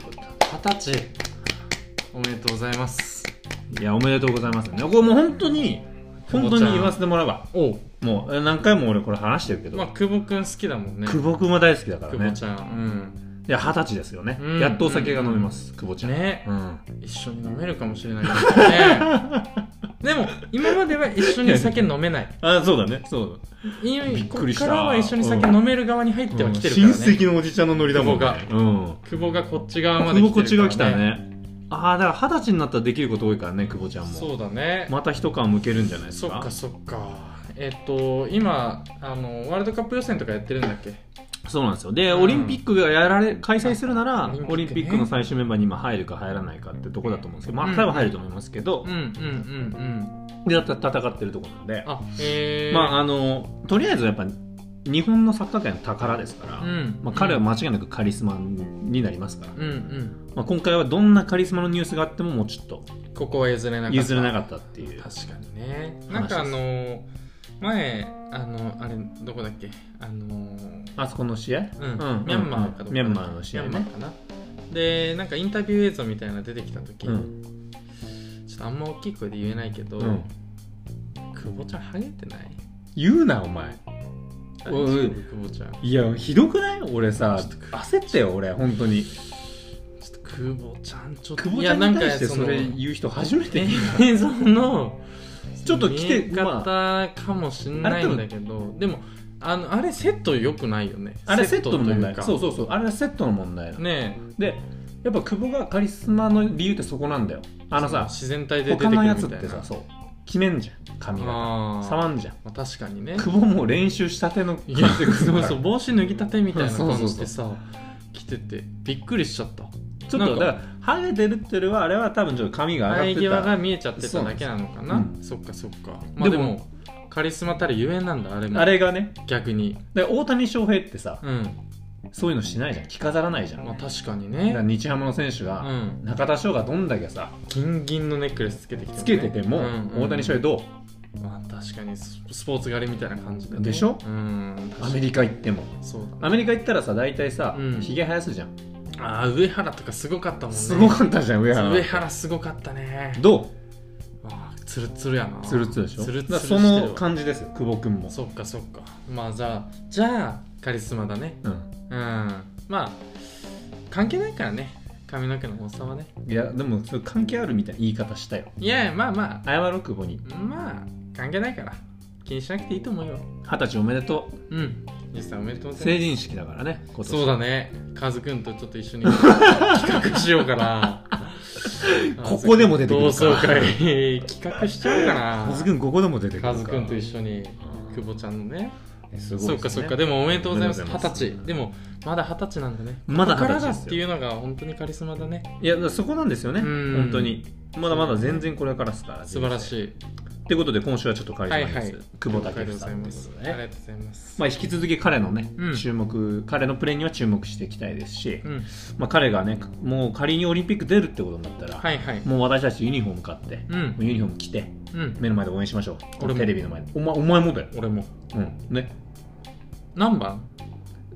A: 二十歳おめでとうございます
B: いやおめでとうございますねこれもう本当に
A: 久
B: 本
A: 保ちゃ
B: 当
A: ん
B: に言わせてもらえば
A: おう
B: もうえ何回も俺これ話してるけど、
A: まあ久保くん好きだもんね
B: 久保君は大好きだから
A: 久保
B: ね
A: ちゃん
B: いや二十歳ですよね、
A: うん
B: やっとお酒が飲めます、久保
A: う
B: ち
A: ん
B: ゃん、
A: ね
B: うん、
A: 一緒に飲めるかもしれないです
B: [laughs]
A: ねでも今までは一緒に酒飲めない
B: あそうだねそう
A: いい
B: びっくりした
A: こっからは一緒に酒飲める側に入っ
B: だ
A: ては来てるか
B: 親
A: らね、
B: 戚のおじちゃんのノリだもんね
A: 久
B: うん
A: 久保がこっち側まで
B: 久保こっ
A: 来て
B: ち
A: る
B: が
A: か
B: 来
A: ら
B: たねああだから二十歳になったらできること多いからね久保ちゃんも
A: そうだね、
B: また一皮むけるんじゃないです
A: そっ
B: か
A: かそっかえっと今あのワールドカップ予選とかやってるんだっけ
B: そうなんですよで、
A: うん
B: オリンピックがやられ開催するなら、
A: あ
B: オ
A: オ
B: リ
A: リ
B: ン
A: ン
B: ピ
A: ピックね
B: ックの最終メンバーに今入るか入らないかってとこだと思うんですけど、まあ、多分入ると思いますけど
A: うん、うんうん
B: でだった戦ってるとこなんで
A: うんあえー、
B: まああのとりあえずやっぱ日本のサッカー界の宝ですから、
A: うん
B: まあ、彼は間違いなくカリスマになりますから、
A: うんうん
B: まあ、今回はどんなカリスマのニュースがあってももうちょっと
A: ここは譲れなかった
B: 譲れなかったっていう
A: 確かにねなんかあの前あのあれどこだっけあの
B: あそこの試合、
A: うん、ミャンマーかどこかだっけ
B: ミャンマーの試合
A: ミャン
B: ね
A: マーかなでなんかインタビュー映像みたいなの出てきた時、
B: うん、
A: ちょっとあんま大きい声で言えないけど、
B: うん、
A: 久保ちゃんハゲてない
B: 言うなお前
A: 大
B: おい
A: 丈夫久保ちゃんちょ
B: いやひどくない俺さ
A: ちょっと
B: 焦ったよ俺本当に
A: っと久保ちゃんちょっと
B: 久保ちゃんに対して
A: いや
B: それ言う人初めて見た
A: 映像の
B: ちょっと来て
A: 見え方かもしんないんだけどでもあのあれセット良くないよね
B: あれセットの問題
A: セッ
B: そう
A: トとい
B: そうそうあれはセットの問題なの
A: うかね
B: でやっぱ久保がカリスマの理由ってそこなんだよあのさ
A: 自然体で出て
B: 他
A: くるみ
B: の
A: たいな
B: やつってさそう決めんじゃん髪型
A: あー
B: 触んじゃん
A: まあ確かにね
B: 久保もう練習したての
A: いや
B: 感じで
A: そうそう帽子脱ぎたてみたいな
B: そうそ
A: 感
B: う
A: じ
B: そう
A: でさ着ててびっくりしちゃった
B: ちょっ
A: な
B: と
A: ん
B: だからハゲてるっていうよりはあれは多分ちょっと髪が
A: 生え
B: 上
A: 際
B: がって
A: が
B: た
A: 見えちゃってただけなのかなそ,、っかそっかまあで
B: でも
A: もカリスマたるゆえんなんだあれも
B: あれがね
A: 逆に
B: で大谷翔平ってさ
A: うん
B: そういうのしないじゃん着飾らないじゃん、
A: まあ
B: だか
A: 確かに
B: ら
A: ね
B: 日ハムの選手
A: う
B: が、
A: ん
B: 中田翔がどんだけさ
A: ギンギンのネックレスつけてきて、ね、
B: つけてても、
A: うんうん
B: 大谷翔平どう
A: まあ確かにススポーツ狩りみたいな感じで、ね、
B: でしょ
A: うん
B: アメリカ行っても
A: カそうだ、ね、
B: アメリカ行ったらさ大体さ
A: うん
B: ひげ、髭生やすじゃん
A: ああ上原とかすごかったもんね
B: すごかったじゃん上原
A: 上原すごかったね
B: ど
A: ああツルツルやな
B: うツルツルでしょ
A: ツルツ
B: だ
A: ル
B: か
A: し
B: ら
A: て
B: そ
A: るわ
B: の感じですよ久保君も
A: そっかそっかまあじゃあじゃあカリスマだね
B: うん、
A: うんまあ関係ないからね髪の毛の重さはね
B: いやでもそれ関係あるみたいな言い方したよ
A: いやいやまあま
B: 謝ろう久保に
A: あまあ関係ないから気にしなくていいと思うよ
B: 二十歳おめでと
A: うん実際おめでとうご
B: う
A: ざい
B: 成
A: ま
B: 人式だからね今
A: す
B: 年
A: そうだねカズくんとちょっと一緒に [laughs] 企画しようかな
B: [laughs] ここでも出てくるか
A: 同窓会 [laughs] 企画しちゃおうかな
B: カズくんここでも出てくる
A: カズくんと一
B: 緒
A: 緒に久保ちゃんのね
B: すごい
A: そうかそうかでもおめでとうございます
B: おめ
A: 二
B: でと
A: 十歳
B: うございます
A: でもまだ二十歳なんだね
B: まだ
A: ここから
B: 二十
A: だ
B: 歳ですよ
A: っていうのが本当にカリスマだね
B: いやだからそこなんですよね
A: うん
B: 本当にまだまだ全然これからですから
A: 素晴ら
B: い
A: しい
B: ってことで今週はちょっとカリスマです、
A: はいはい
B: 久保
A: ありがと
B: 建
A: う
B: 英
A: ご
B: さ
A: ざい
B: んと
A: ま
B: いうこ
A: す
B: と
A: あ
B: で
A: りがとうご
B: ね
A: ざいます
B: まあ、引き続き彼のね、
A: うん
B: 注目彼のプレーには注目していきたいですし、
A: うん
B: まあ、彼がねもう仮にオリンピック出るってことになったら、
A: はいはい
B: もう私たちユニフォーム買って、
A: う
B: も
A: ん
B: うユニフォーム着て
A: うん
B: 目の前で応援しましょ
A: 俺
B: う
A: も
B: テレビの前でお前お前もだよ、
A: 俺も
B: うんね、
A: 何番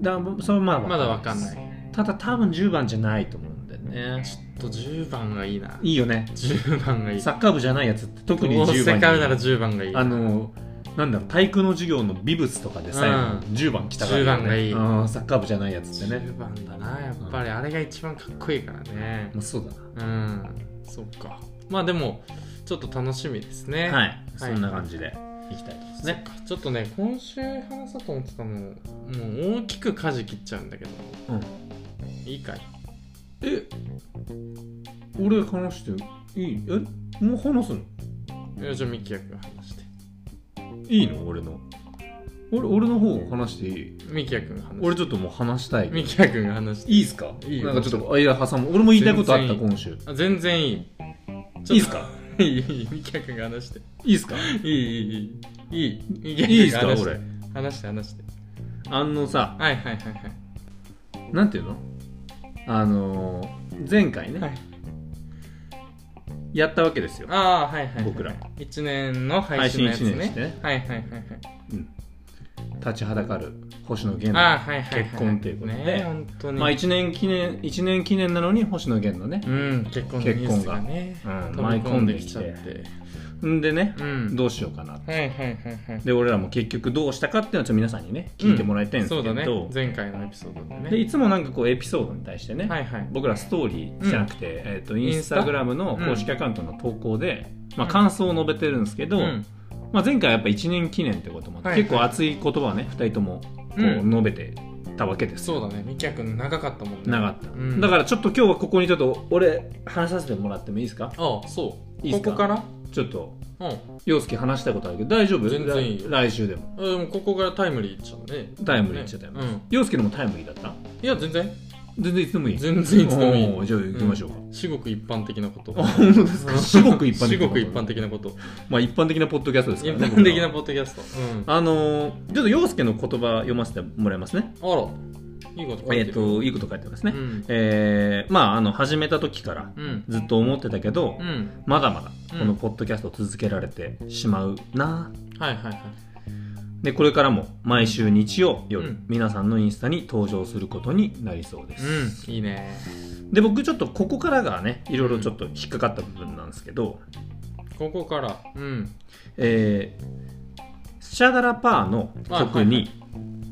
B: だそれはまあ
A: まだわかんない
B: ただ多分10番じゃないと思うんだよね
A: ちょっと10番がいいない
B: いよね
A: 10番がいい
B: サッカー部じゃないやつって特に
A: どう
B: 10
A: せ買
B: 番
A: うなら10番がいい
B: あのなんだろう体育の授業の美術とかでさ、
A: う
B: 10番来たから、ね、
A: 10番がいい
B: うんサッカー部じゃないやつってね
A: 10番だなやっぱりあれが一番かっこいいからね
B: まあ、そうだな
A: うんそっかまあでもちょっと楽しみですね
B: はい、そんな感じでいきたいと思います
A: そっ
B: ね。
A: かちょっとね今週話そうと思ってたのもう大きく舵切っちゃうんだけど
B: うん、
A: いいかい
B: え俺話していいえもう話すの
A: いやじゃあミキヤ君が話して
B: いいの俺の俺俺の方話していい
A: ミキヤ君が話して
B: 俺ちょっともう話したい
A: ミキヤ君が話して
B: いいっすか
A: いいよ
B: なんかちょっと間挟む俺も言いたいことあった
A: 全然いい
B: 今週
A: あ全然いい
B: いいっすか
A: いいいいミキヤ君が話して
B: いいっすか
A: いいいいいいいいい
B: いいっすか
A: ミキヤ君が話して
B: 俺
A: 話して話して
B: あのさ
A: はいはいはいはい
B: なんていうのあのー前回ね、
A: はい
B: やったわけですよ
A: ああはいはいはい
B: 僕ら
A: 1年の配信のやつ
B: 配信一年して
A: ね
B: ね
A: はいはいはいはい
B: 立ちはだかる星野源の
A: ああはいはいはい
B: 結婚ということで
A: ね本当に
B: まあ1年記念一年記念なのに星野源のね
A: うん結婚のニュースがね
B: 結婚がうん
A: 飛び込んできちゃって
B: んでね
A: うん
B: どうしようかな
A: はいはいはいはい
B: で俺らも結局どうしたかっていうのをちょっと皆さんにね聞いてもらいたいんですけど、
A: そうだね前回のエピソードでね
B: でいつもなんかこうエピソードに対してね、
A: はいはい
B: 僕らストーリーじゃなくて、えー、とイ
A: イ
B: ン
A: ン
B: ス
A: ス
B: タ
A: タ
B: グラムの公式アカウントの投稿で、まあ、感想を述べてるんですけど、
A: うん
B: まあ、前回やっぱ1年記念ってこともあって、
A: はい
B: 結構熱い言葉をね2人ともこう
A: うん
B: 述べてったわけです
A: そうだねみきやくん長かったもんね
B: なかった、
A: うん
B: だからちょっと今日はここにちょっと俺話させてもらってもいいですか
A: ああそう
B: いいっすか
A: ここから
B: ちょっと
A: うん
B: 陽介話したいことあるけど大丈夫
A: 全然いいよ
B: 来来週でも
A: あでもここからタイムリーいっちゃうね
B: タイムリーいっちゃったよ、
A: うん
B: 陽介のもタイムリーだった
A: いや全然
B: 全然いつでもいい
A: 全然いつでもいい
B: おーじゃあ行きましょうか、
A: 至極一般的なこと
B: あ本当ですか至極一般的
A: 至極一般的なこと
B: まあ一般的なポッドキャストですか
A: 一
B: らね
A: 般的なポッドキャストうん
B: あのーちょっと陽介の言葉読ませてもらいますね。
A: あらいいこと書いてる
B: えっ、と、いいこと書いてますね。
A: うん
B: えーまあ、あの、始めた時から
A: うん
B: ずっと思ってたけど、
A: うん
B: まだまだ
A: うん
B: このポッドキャストを続けられてしまうな、
A: はいはいはい
B: で、これからも毎週日曜夜、
A: うん
B: 皆さんのインスタに登場することになりそうです。
A: うんいいね
B: で、僕ちょっとここからがね、いろいろちょっと引っかかった部分なんですけど、
A: ここからうん
B: えーシャダラパーの曲
A: はいはい
B: に、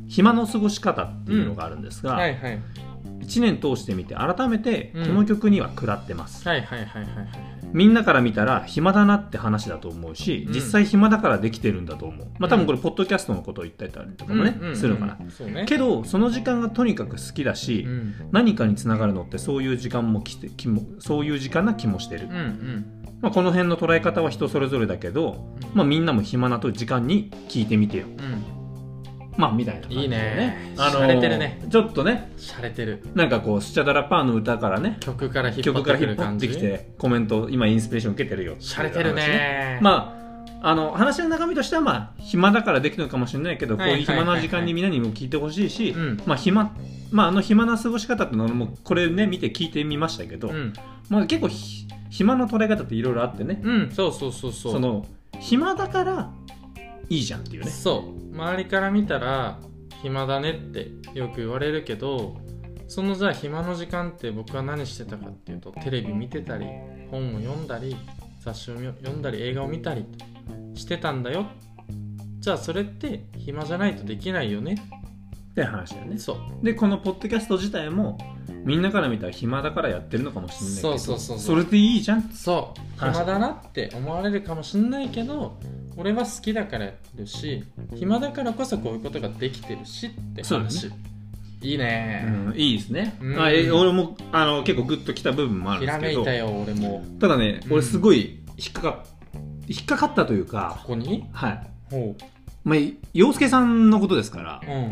B: 暇の過ごし方っていうのがあるんですが、
A: はいはい
B: 1年通してみて改めてこ
A: うん
B: の曲には食らってます、
A: はいはいはいはいはい
B: みんなから見たら暇だなって話だと思うし、
A: うん
B: 実際暇だからできてるんだと思うまあ多
A: う
B: 分
A: ん
B: これポッドキャストのことを言ったりとかもね、
A: うんうんうん
B: するのかな、
A: そうね
B: けどその時間がとにかく好きだし、
A: うん
B: 何かにつながるのってそういう時間もきて気もそういう時間な気もしてる、
A: うんうん
B: まあ、この辺の捉え方は人それぞれだけど、まあ、みんなも暇なと時間に聞いてみてよ
A: うん
B: まあみたいな感じで
A: いいね
B: あの
A: 洒落てるね
B: ちょっとね
A: 洒落てる
B: なんかこうスチャダラパーの歌からね
A: 曲から引っ張
B: 曲
A: っ
B: か
A: て
B: ら
A: く
B: 引っ
A: る
B: 張っ
A: 感
B: て
A: じ
B: きてコメント今インスピレーション受けてるよっていう
A: 洒落てる
B: 話
A: ね
B: まああの話の中身としてはまあ暇だからできるのかもしれないけどこう
A: はいいう
B: 暇
A: はい
B: な
A: はい
B: 時間にみんなにも聞いてほしいし
A: うん
B: まあ暇まああの暇な過ごし方ってのもこれね見て聞いてみましたけど
A: うん
B: まあ結構ひ暇の捉え方っていろいろあってね
A: うんそうそうそうそう
B: その暇だからいいじゃんっていうね
A: そう周りから見たら暇だねってよく言われるけどそのじゃあ暇の時間って僕は何してたかっていうとテレビ見てたり本を読んだり雑誌を読んだり映画を見たりしてたんだよじゃあそれって暇じゃないとできないよね
B: って話だよね
A: そう
B: でこのポッドキャスト自体もみんなから見たら暇だからやってるのかもしれないけ
A: そ
B: ど
A: うそうそう
B: そ
A: そう
B: れでいいじゃん
A: そう
B: 話
A: 暇だなって思われるかもしんないけど俺は好きだからやってるし暇だからこそこういうことができてるしって
B: そうだね
A: 話、いいね
B: うん、いいですね、
A: うん
B: あえ俺もあの結構グッときた部分もあるん
A: ひ
B: で
A: ら
B: す
A: め
B: け
A: い
B: ど
A: たよ俺も
B: ただね、
A: うん
B: 俺すごい引っかか引っかかったという
A: こ
B: か
A: こに
B: はい、
A: ほ
B: まあ、陽介さんのことですから、
A: ううん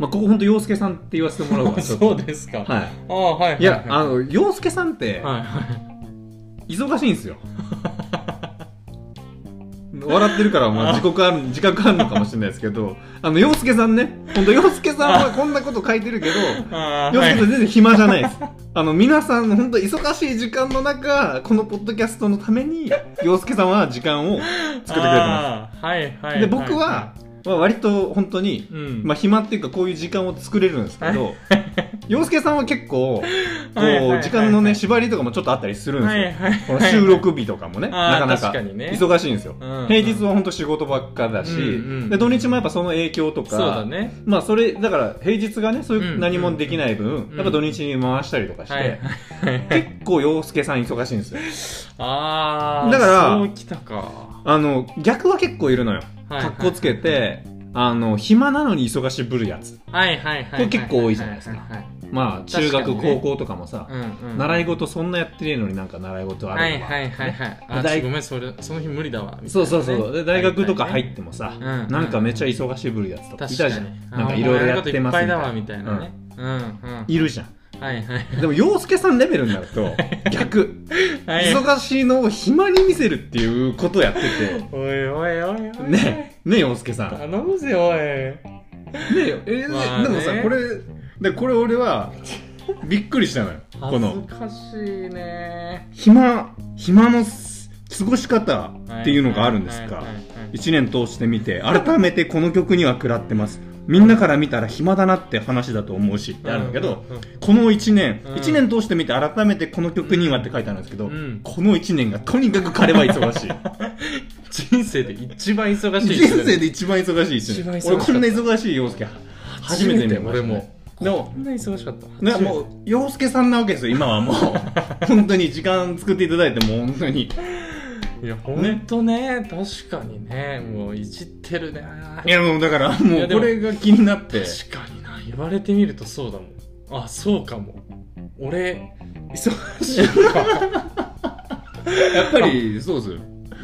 B: まあ、ここ本当陽介さんって言わせてもらうわちょっと
A: [laughs] そうですか、
B: は
A: ああはいはい
B: い、いや
A: は
B: あの陽介さんって
A: い
B: [laughs]
A: はい
B: 忙しいんですよ笑ってるからまあ自覚ある自覚あるのかもしれないですけどあの陽介さんね本当陽介さんはこんなこと書いてるけど
A: ああ
B: 洋
A: は
B: 介
A: い
B: さん全然暇じゃないです。 [laughs] あの皆さんの本当忙しい時間の中、このポッドキャストのために洋介さんは時間を作ってくれてま
A: ああはいはい
B: す。で僕は、まあ、割と本当に、
A: うん
B: まあ暇っていうかこういう時間を作れるんですけど、洋介さんは結構こ
A: はいはいは
B: う
A: い
B: 時間のね縛りとかもちょっとあったりするんです
A: はい
B: よ。
A: はい
B: この収録日とかもね、
A: あ
B: な
A: あ
B: かなか
A: 確かにね
B: 忙しいんですよ。
A: うん
B: 平日は本当仕事ばっかだ
A: うん
B: し
A: うん、
B: で土日もやっぱその影響と
A: そう、
B: か
A: だね
B: まあそれだから平日がねそういううん何もできない分、
A: うん
B: やっぱ土日に回したりとかして、
A: はいはい
B: 結構洋介さん忙しいんですよ
A: ああ
B: だから
A: そうきたか
B: あの逆は結構いるのよ
A: はい
B: 格好つけてあの暇なのに忙しぶるやつ
A: はいはいはい
B: これ結構多いじゃないですか
A: はは
B: まあ中学、
A: 確かにね
B: 高校とかもさ、
A: はいはいうんうん
B: 習い事そんなやってねえのになんか習い事ある
A: はい
B: わ
A: はいはいはいあ
B: 大
A: ちょごめんそれその日無理だわみたいなね
B: そうそうそうで大学とか
A: はいはいはい
B: 入ってもさ、
A: うんうん
B: なんかめちゃ忙しぶるやつとかい
A: 確
B: た
A: か
B: じゃ
A: に
B: んなんかいろいろやってま
A: みた
B: す
A: いなみたいなねうんうん
B: いるじゃん [laughs]
A: はいはい
B: でも洋介さんレベルになる
A: [laughs]
B: と逆
A: はい
B: 忙しいのを暇に見せるっていうことをやってて
A: おいおいおいおい
B: ねね洋介さんね
A: 頼むぜおい
B: ええ
A: まあね
B: でもさこれでこれ俺はびっくりしたのよこの
A: 恥ずかしいね
B: 暇暇のす過ごし方っていうのがあるんですか
A: はいはいはいはい
B: 1年通してみて改めてこの曲には食らってますみんなから見たら暇だなって話だと思うしってあるんだけど、
A: うんうん
B: この1年、
A: うん
B: 1年通してみて改めてこの曲にはって書いてあるんですけ
A: う
B: ど、
A: ん
B: この1年がとにかく彼は忙しい
A: 人生で一番忙しい
B: 人生で一番忙しい一
A: 一番忙
B: 年
A: しかっ
B: 俺
A: た
B: こんな忙しい陽介初めて見ま
A: 俺
B: した、ね、
A: も
B: でも
A: こんな忙しかった
B: なもう陽介さんなわけですよ今は [laughs] もう本当に時間作っていただいてもう本当に
A: いやほんとね確かにねもういじってるね
B: いやもうだからもう
A: や
B: い
A: でも
B: これが気になって
A: 確かにな言われてみるとそうだもんあそうかも俺忙しい
B: [laughs]
A: か
B: やっぱりそうですよ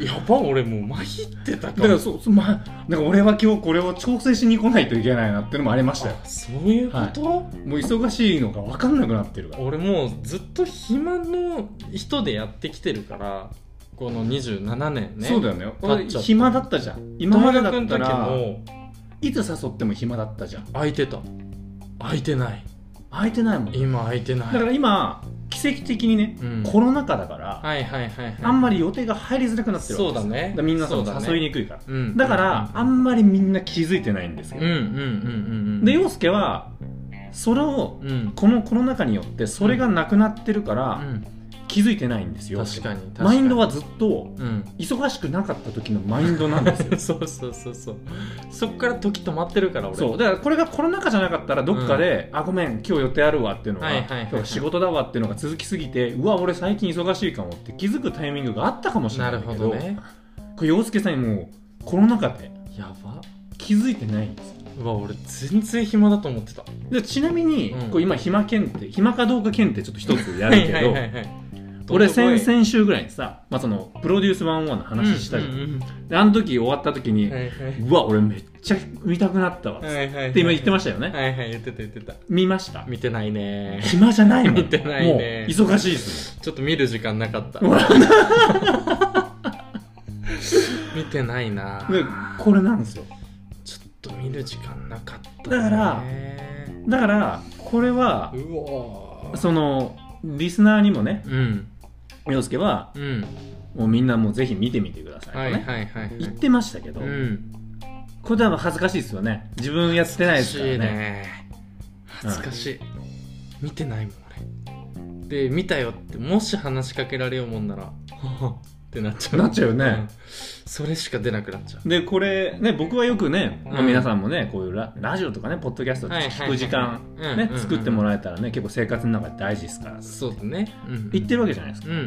A: やば俺もうまひってた
B: だ
A: か
B: か
A: も
B: らそそまあなんか俺は今日これを調整しに来ないといけないなっていうのもありましたよ
A: あそういうこと、
B: もう忙しいのが分かんなくなってるから
A: 俺もうずっと暇の人でやってきてるからこの27年ね
B: そうだよね
A: 経っちゃった
B: 俺暇だったじゃん今
A: 今
B: ま
A: ま
B: で
A: で
B: だ
A: だ
B: っ
A: った
B: たら
A: も
B: いつ誘っても暇だったじゃん
A: 空いてた空いてない
B: 空いてないもんだ
A: 今空いてない、
B: から今奇跡的にね、
A: うん
B: コロナ禍だから、
A: はいはいはいはい
B: あんまり予定が入りづらくなってる
A: そうだね
B: からみんなそ
A: そうだ
B: の
A: ね
B: 誘いにくいからだ,、
A: うん
B: からあんまりみんな気づいてないんです
A: う
B: よ、
A: んうんうんうんうん
B: で陽介はそれを
A: うん
B: このコロナ禍によってそれがなくなってるか
A: う
B: ら
A: ん
B: 気づいてないんですよ、
A: 確かに確かに
B: マインドはずっと
A: うん [laughs]
B: 忙しくなかった時のマインドなんですよ
A: そうそうそうそうそっから時止まってる [laughs] から俺
B: そうだからこれがコロナ禍じゃなかったらどっかで、あごめん今日予定あるわっていうのが、
A: はいはいはいはい
B: 今日仕事だわっていうのが続きすぎてうわ俺最近忙しいかもって気づくタイミングがあったかもしれ
A: な
B: ない
A: る
B: ん
A: ほ
B: だけど
A: どね
B: これ洋介さんにもうコロナ禍で
A: やば
B: 気づいてないんですよ
A: うわ俺全然暇だと思ってた
B: でちなみに、
A: うん
B: こう今暇検定 [laughs] 暇かどうか検定ちょっと一つや
A: は
B: るけ
A: い
B: ど
A: はいはいはい
B: 俺先々週ぐらいにさ、まあ、そのプロデュース101の話したじゃん,、
A: うんうんうん
B: であの時終わった時に、
A: は
B: う
A: いはい
B: わ俺めっちゃ見たくなったわっ
A: は
B: て
A: いはい
B: 今言ってま
A: し
B: したよね、
A: はいはい言ってた言ってた
B: 見ました
A: 見てないね
B: 暇じゃないもん
A: 見てないね
B: もう忙しいです
A: ちょっと見る時間なかった
B: もん
A: [laughs] 見てないな
B: でこれなんですよ
A: ちょっと見る時間なかった、
B: だからだからこれは
A: うわー
B: そのリスナーにもね
A: うん
B: 洋介は
A: うん
B: もうみんなもうぜひ見てみてくださいとね、
A: はいはいはいはい
B: 言ってましたけど、
A: うん
B: これは恥ずかしいですよね自分やってないですからね
A: 恥ずかしいね恥ずかしい、見てないもん俺で見たよってもし話しかけられようもんならははってなっちゃう
B: なっちゃうよね
A: んそれしか出なくなっちゃう
B: でこれね僕はよくね、まあ
A: うん
B: 皆さんもねこういうララジオとかねポッドキャストで聞く時間
A: はいはいはい
B: ね
A: うんうんうん
B: 作ってもらえたらね結構生活の中で大事ですから
A: そうだね、うん、
B: 言ってるわけじゃないです
A: う
B: か
A: んうんうん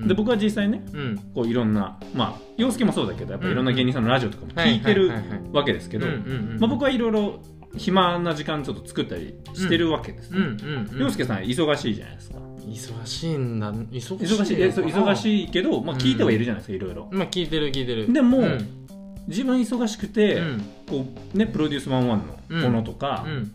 A: うん
B: で僕は実際ね
A: うん
B: こういろんなまあ洋介もそうだけどやっぱいろんな芸人さんのラジオとかも
A: はい
B: 聞いてる
A: はいはいはい
B: わけですけど、
A: うんうんうん
B: まあ、僕はいろいろ暇な時間ちょっと作ったりしてるわけです、
A: うんうんうん
B: 洋介さん忙しいじゃないですか
A: 忙しいんだ忙しい
B: 忙しいえそう忙
A: い
B: しいけど、まあ、聞いてはいるじゃないですかいろいろ
A: まあ聞いてる聞いてる
B: でも
A: うん
B: 自分忙しくて、
A: うん
B: こうね、プロデュース101のものとか
A: う、ん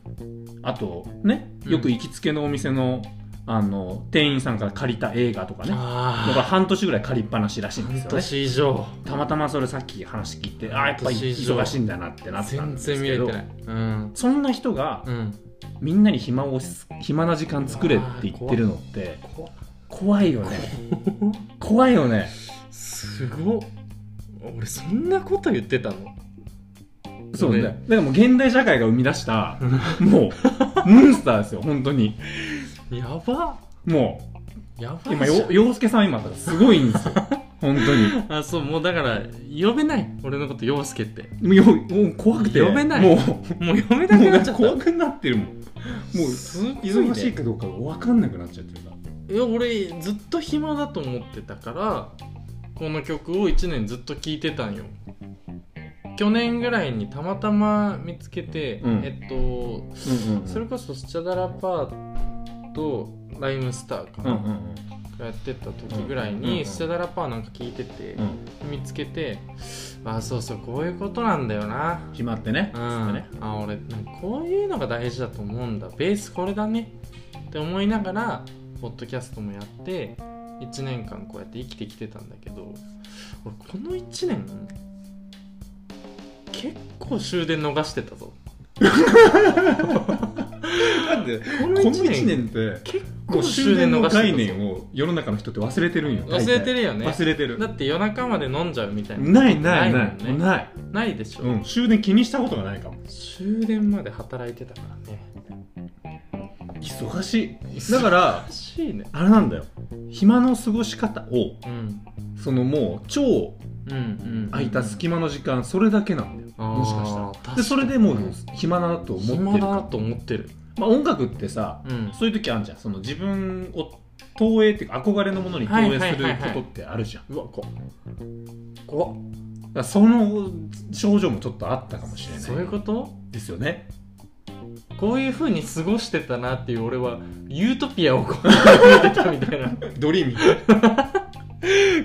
B: あとね
A: うん
B: よく行きつけのお店のあの店員さんから借りた映画とかねだから
A: ああ
B: 半年ぐらい借りっぱなしらしいんで
A: 半
B: すよね
A: 年以上
B: たまたまそれさっき話聞いてあーやっぱ
A: 半
B: り
A: 年以上
B: 忙しいんだなってなった
A: 全
B: んですけ
A: 然
B: ど
A: 見れてないうん
B: そんな人が
A: うん
B: みんなに暇をす暇な時間作れって言ってるのって
A: 怖っ
B: 怖いよね怖いよね
A: すごっ俺そんなこと言ってたの
B: そう
A: ね
B: ねだからもう現代社会が生み出したもうモンスターですよ本当に
A: [laughs] やば
B: も
A: やば
B: う
A: い
B: 今
A: じゃ
B: よ
A: ん
B: 洋介さん今すごいんですよ本当
A: あそうもうだから呼べない俺のこと陽介って
B: によもう怖くて
A: 呼べない
B: もう
A: もう呼べな
B: も
A: く
B: う
A: な
B: な
A: っ
B: ん
A: ちゃった
B: か怖くなってるもんもう
A: すごいね
B: 忙しいかどうか分かんなくなっちゃってるから
A: いや俺ずっと暇だと思ってたからこの曲を1年ずっと聴いてたんよ去年ぐらいにたまたま見つけて、
B: うん
A: えっと
B: うんうんうん
A: それこそスチャダラパーとライムスターか
B: うん
A: な、
B: うんうん
A: やってた時ぐらい
B: うんうんう
A: に、
B: ん
A: スチャダラパーなんか聞いてて
B: う、ん
A: 見つけてああそうそうこういうことなんだよな
B: 暇ってね
A: うん、
B: つってね
A: あ俺なんかこういうのが大事だと思うんだベースこれだねって思いながらポッドキャストもやって1年間こうやって生きてきてたんだけど俺この1年結構終電逃してたぞ
B: だって
A: この
B: この
A: 1
B: 1
A: 年
B: 年って
A: 結
B: も
A: 構
B: う
A: 終
B: 終
A: 電
B: 電
A: 逃
B: の
A: してたぞ
B: 概念を世の中の人って忘れてるんよ大体
A: 忘れてるよね
B: 忘れてる
A: だって夜中まで飲んじゃうみたいな
B: ないない
A: な
B: ない
A: いもんね
B: ない、
A: ないでしょ、
B: うん、終電気にしたことがないかも
A: 終電まで働いてたからね
B: 忙し
A: い
B: だから
A: らしいね
B: あれなんだよ暇の過ごし方を
A: うん
B: そのもう超
A: うんうん
B: 空いた隙間の時間それだけなんだよ
A: あー
B: もしかした
A: 確からに
B: でそれでもう暇だと思ってる
A: 暇だなと思ってる
B: まあ、音楽ってさ
A: うん
B: そういう時あるじゃんその自分を投影っていうか憧れのものに投影することってあるじゃん、
A: うわこ怖っ
B: だからその症状もちょっとあったかもしれない
A: そういうこと
B: ですよね
A: こういうふうに過ごしてたなっていう俺はユートピアをこう見てたみたい
B: [laughs]
A: な
B: ドリーミン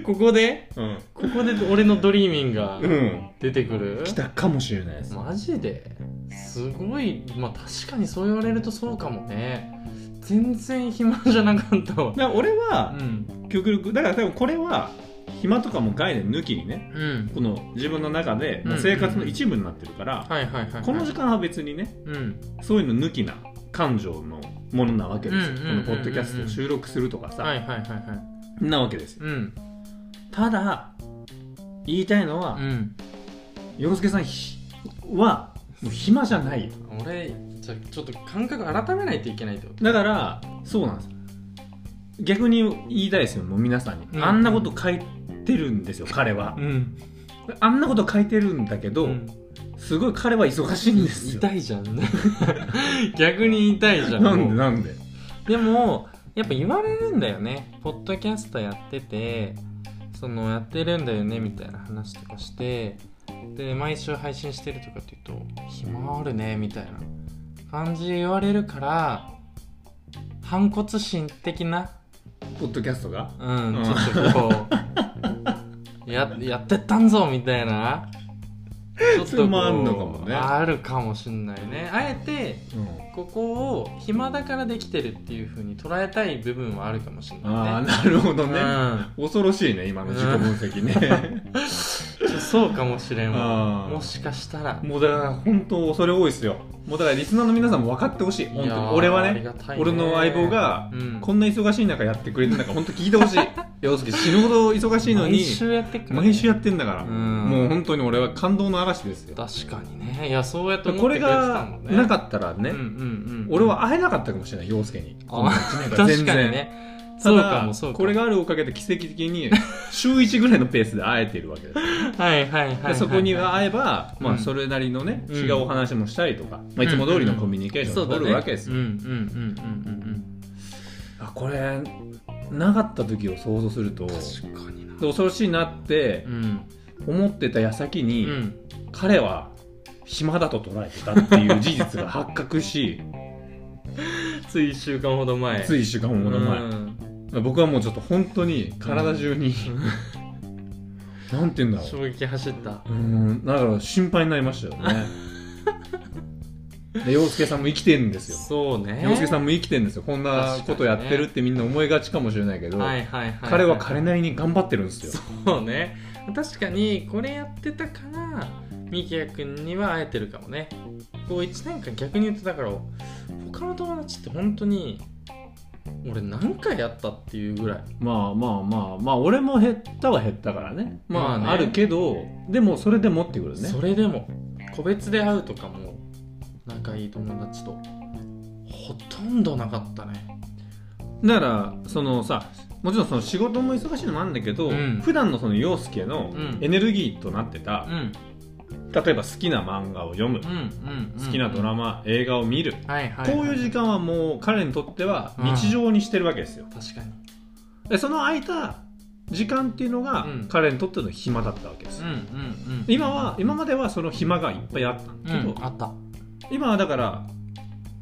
A: ここで
B: グ、
A: ここで俺のドリーミングが
B: うん、
A: 出てくる、
B: 来たかもしれないです、
A: マジですごいまあ確かにそう言われるとそうかもね全然暇じゃなかったわ
B: だから俺
A: う
B: は
A: ん
B: 極力だから多分これは暇とかも概念抜きにね
A: うん
B: この自分の中で
A: うん
B: 生活の一部になってるから、
A: はいはいはい、はい、
B: この時間は別にね
A: うん
B: そういうの抜きな感情のものなわけですよ、
A: うんうんうんうん
B: このポッドキャストを収録するとかさ、
A: はいはいはいはい
B: なわけですよ
A: うん
B: ただ言いたいのは、
A: うん
B: よろすけさんひはもう暇じゃないよ
A: 俺じゃあちょっと感覚改めないといけないってこと
B: だからそうなんです逆に言いたいですよもう皆さんに、
A: うん
B: あんなこと書いてるんですよ彼は、
A: ん
B: あんなこと書いてるんだけど、
A: うん
B: すごい彼は忙しいんですよ
A: 痛いじゃん [laughs] 逆に痛いじゃん
B: なん
A: も
B: で
A: う
B: なんで
A: でもやっぱ言われるんだよねポッドキャストやっててそのやってるんだよねみたいな話とかしてで毎週配信してるとかって言うと暇あるねみたいな感じで言われるから反骨心的な
B: ポッドキャストが
A: うん、
B: うん
A: ちょっとこ
B: [laughs]
A: うややってったんぞみたいなちょっ
B: そ
A: とこう
B: れもあんのかもね
A: あるかもしんないねあえてここを暇だからできてるっていう風に捉えたい部分はあるかもしん
B: あ
A: な
B: あ
A: いね
B: なるほど
A: う
B: ね、
A: ん
B: 恐ろしいね今の自己分析ね、
A: ちょっとそうかも [laughs] しれんわ
B: あー
A: もしかしたら
B: もうだから本当恐れ多いですよもうだからリスナーの皆さんも分かってほしい本
A: い
B: 当
A: や
B: に
A: ー
B: 俺は
A: あり
B: ね
A: がたい
B: 俺の相棒が
A: うん
B: こんな忙しい中やってくれてるんだから本当聞い
A: [laughs]
B: てほしい洋介死ぬほど忙しいのに
A: 毎週やってっからね、
B: 毎週やってんだから
A: うん
B: もう本当に俺は感動の嵐ですよ
A: 確かにねいやそうやって思
B: こ
A: って
B: れ
A: くれてた
B: が
A: もんね
B: なかったら
A: ね
B: ね、
A: うんうんうん、
B: 俺は会えなかったかもしれない洋介にこの
A: あ
B: 一年間
A: 確
B: 全
A: かに
B: 然
A: ね
B: た
A: そうか
B: だ
A: もそうかも
B: これがあるおかげで奇跡
A: [laughs]
B: 的に週1ぐらいのペースで会えてるわけです
A: はいはいはいはい、は
B: で
A: い、
B: そこに会えば、ま
A: う
B: あ、
A: ん
B: それなりのね、
A: うん
B: 違うお話もしたりとか、まあ、いつも通りのコミュニケーション
A: そ
B: を
A: うだ
B: 取
A: ね
B: るわけですよ、
A: うんうんうん
B: あこれなかった時を想像すると
A: うんうんうん
B: で
A: 確かにな
B: 恐ろしいなって
A: うん
B: 思ってた矢先
A: う
B: に、
A: ん
B: 彼は暇だと捉えてたっていう事実が発
A: [laughs]
B: 覚し
A: つい1週間ほど前
B: つい1週間ほど前、
A: うん
B: 僕はもうちょっと本当に体中に、 [laughs] なんて言うんだろう
A: 衝撃走った
B: うーんだから心配になりましたよ
A: [laughs]
B: ねで洋介さんも生きてるんですよ
A: そうね
B: 洋介さんも生きてるんですよこんなことやってるってみんな思いがちかもしれないけど、
A: はいはいはいい
B: 彼は彼なりに頑張ってるんですよ
A: そうね確かにこれやってたからミキヤ君には会えてるかもねこう1年間逆に言うとだから他の友達って本当に俺何回やったっていうぐらい
B: まあまあまあまあ俺も減ったは減ったからねまあ、
A: まあ
B: あ
A: ね
B: るけどでもそれでもってくるね
A: それでも個別で会うとかも仲いい友達とほとんどなかったね
B: だからそのさもちろんその仕事も忙しいのもあるんだけど、
A: うん
B: 普段のその洋介の
A: うん
B: エネルギーとなってた
A: う、ん
B: 例えば好きな漫画を読む、
A: うんうん、うん、
B: 好きなドラマ、映画を見る、
A: マはいはい、
B: こういう時間はもう彼にとっては日常にしてるわけですよ、
A: 確かに
B: でその空いた時間っていうのが
A: うん
B: 彼にとっての暇だったわけです、
A: うんうんうん
B: 今は今まではその暇がいっぱいあったんだけど、
A: うんあった
B: 今はだから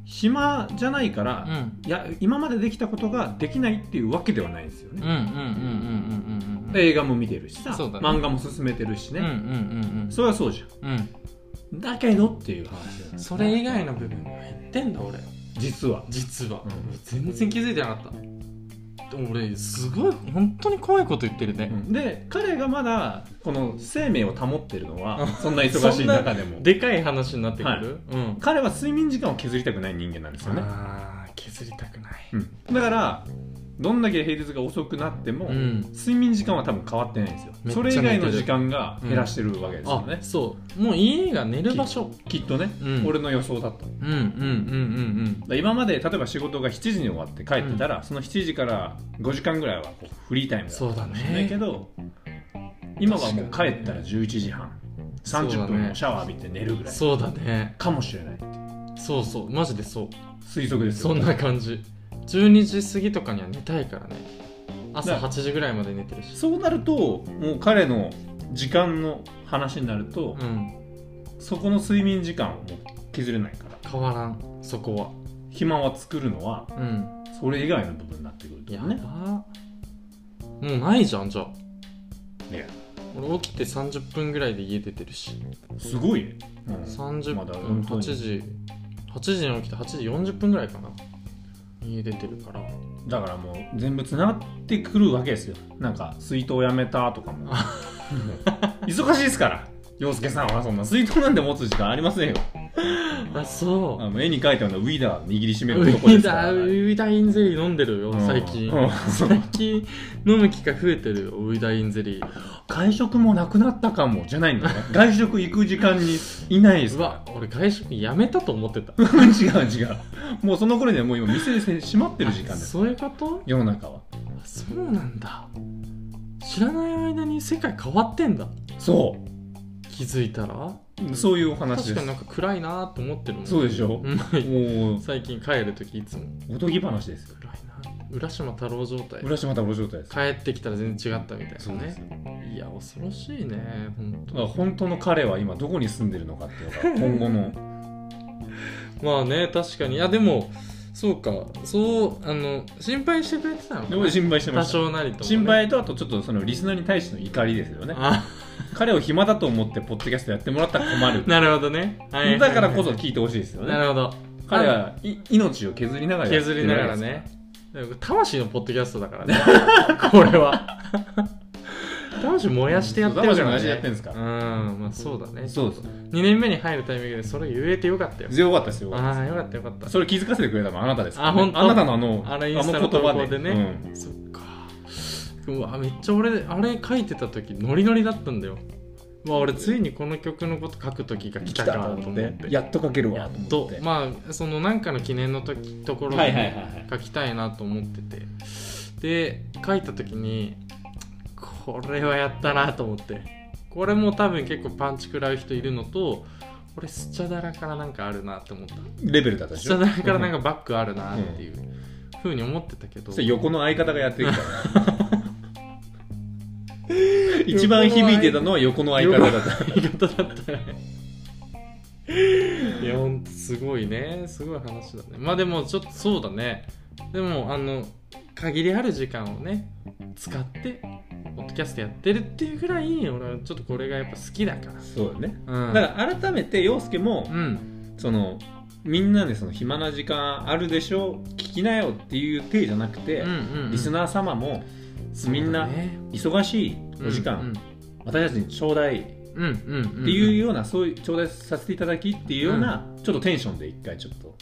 B: 暇じゃないから、
A: うん
B: いや今までできたことができないっていうわけではないんですよ
A: うん
B: ね、
A: うんうんうんうんうんうん
B: 映画も見てるしさ、
A: そうだね
B: 漫画も進めてるしね、
A: うんうんうん
B: それはそうじゃ
A: うんうん
B: んだけどっていう話だよね
A: それ以外の部分が減ってんだ俺
B: 実は
A: 実は、
B: うん
A: 全然気づいてなかったでも俺すごい本当に怖いこと言ってるね、
B: で彼がまだこの生命を保ってるのは
A: うん
B: そんな忙しい
A: [laughs]
B: 中でも
A: でかい話になってくる、うん
B: 彼は睡眠時間を削りたくない人間なんですよね、
A: あー削りたくない
B: うんだからどんだけ平日が遅くなっても、
A: うん
B: 睡眠時間は多分変わってないんですよ
A: めっち
B: そ
A: ゃ
B: れ以外の時間が減らしてるわけですよ
A: あ
B: ね、
A: そうもう家が寝る場所
B: きっとね、
A: うん
B: 俺の予想だっただか
A: うんうんうんうん
B: ら今まで例えば仕事が7時に終わって帰ってたら、その7時から5時間ぐらいはこうフリータイムだった
A: そうだね
B: かもしれないけど今はもう帰ったら11時半30分もシャワー浴びて寝るぐ
A: うん
B: らい
A: そうだね
B: かもしれない
A: そうそうマジでそう
B: 推測ですよ
A: そんな感じ12時過ぎとかには寝たいからね朝
B: だ
A: 8時ぐらいまで寝てるし
B: そうなるともう彼の時間の話になると
A: う、ん
B: そこの睡眠時間をもう削れないから
A: 変わらんそこは
B: 暇は作るのは
A: うん
B: それ以外の部分になってくるって
A: や
B: こと
A: ば
B: ね
A: もうないじゃんじゃあ
B: ね
A: 俺起きて30分ぐらいで家出てるし
B: すごいね、うんま
A: 30
B: だ
A: 分
B: 本当
A: 8
B: に
A: 時8時に起きて8時40分ぐらいかな家出てるから
B: だからもう全部つながってくるわけですよなんか水筒やめたとかも忙しいですから洋介さんはそんな水筒なんて持つ時間ありませんよ
A: あそ
B: あの絵に描いたようなウィダー握りしめ
A: ウ
B: る男で
A: ィ
B: すか
A: ダ
B: ら
A: ーウィダインゼリー飲んでるよ
B: うん
A: 最近
B: うん
A: 最近飲む機会増えてるよウィダインゼリー
B: 外食もなくなったかもじゃないんだよね外食行く時間にいないです
A: う
B: か
A: わ俺外食やめたと思ってた
B: [laughs] ら違う違うもうその頃にはもう今店で閉まってる時間です
A: そういうこと
B: 世の中は
A: あそうなんだ知らない間に世界変わってんだ
B: そ
A: 気づいたら
B: うそういうお話
A: 確
B: で
A: かに
B: す
A: なんか暗いなーと思ってるもん
B: そうでしょ
A: うん
B: もう
A: 最近帰るときいつも
B: おとぎ話ですよ
A: 暗いな浦島太郎状態
B: 浦島太郎状態です
A: 帰ってきたら全然違ったみたいな
B: です
A: ねいや恐ろしいね本
B: だから
A: 当
B: 本当の彼は今どこに住んでるのかっていう [laughs] のが今後の
A: まあね確かにいやでもそうかそうあの心配してくれてたのか
B: で
A: な
B: も心配してま
A: 多
B: した
A: 少なりともね、
B: 心配とあとちょっとそのリスナーに対しての怒りですよね
A: あ
B: 彼を暇だと思ってポッドキャストやってもらったら
A: [laughs]
B: 困る
A: なるほどね、はいはいはい
B: だからこそ聞いてほしいですよ
A: な
B: ね
A: るほど
B: 彼はい命を削りながらやって
A: 削
B: る
A: りながらね魂のポッドキャストだからね [laughs] これは魂燃やしてやってるから、ね、
B: そう魂燃やしてやってんですから
A: うんまあそうだね
B: そうです
A: 2年目に入るタイミングでそれ言えてよかったよ
B: 強かったですよ
A: ああよかったよかった
B: それ気づかせてくれたのはあなたですからね
A: あ本当
B: あなたのあの
A: あのインスタの
B: あ
A: 投稿でね
B: うん
A: そっかうわめっちゃ俺あれ書いてた時ノリノリだったんだようわ俺ついにこの曲のこと書く時が来
B: 来た
A: た
B: か
A: か
B: と
A: と思
B: 思
A: っ
B: っててやっと書ける
A: や
B: わ
A: っ
B: と思
A: と
B: って
A: まあそのなんかの記念の時ところで、
B: はいはいはいはい
A: 書きたいなと思っててで書いた時にこれはやったなと思ってこれも多分結構パンチ食らう人いるのと俺スチャダラからなんかあるなって思った
B: レベルだったで
A: ス
B: し
A: チャ
B: ょ
A: ダラからなんかバックあるなっていうふうに思ってたけど
B: そして横の相方がやってき
A: [laughs]
B: た一番響いてたのは横の相方だった
A: 言い方だったね [laughs] いやほんとすごいねすごい話だねまあでもちょっとそうだねでもあの限りある時間をね使ってポッドキャストやってるっていうぐらい俺はちょっとこれがやっぱ好きだか
B: そうだね
A: らうん
B: だから改めて陽介も
A: うん
B: そのみんなでその暇な時間あるでしょ聞きなよっていう体じゃなくて、
A: うんうん
B: リスナー様もみんな忙しいお時間、私たちに頂戴っ
A: うんうんうんうん
B: ていうような、そういう頂戴させていただきっていうような、ちょっとテンションで一回ちょっと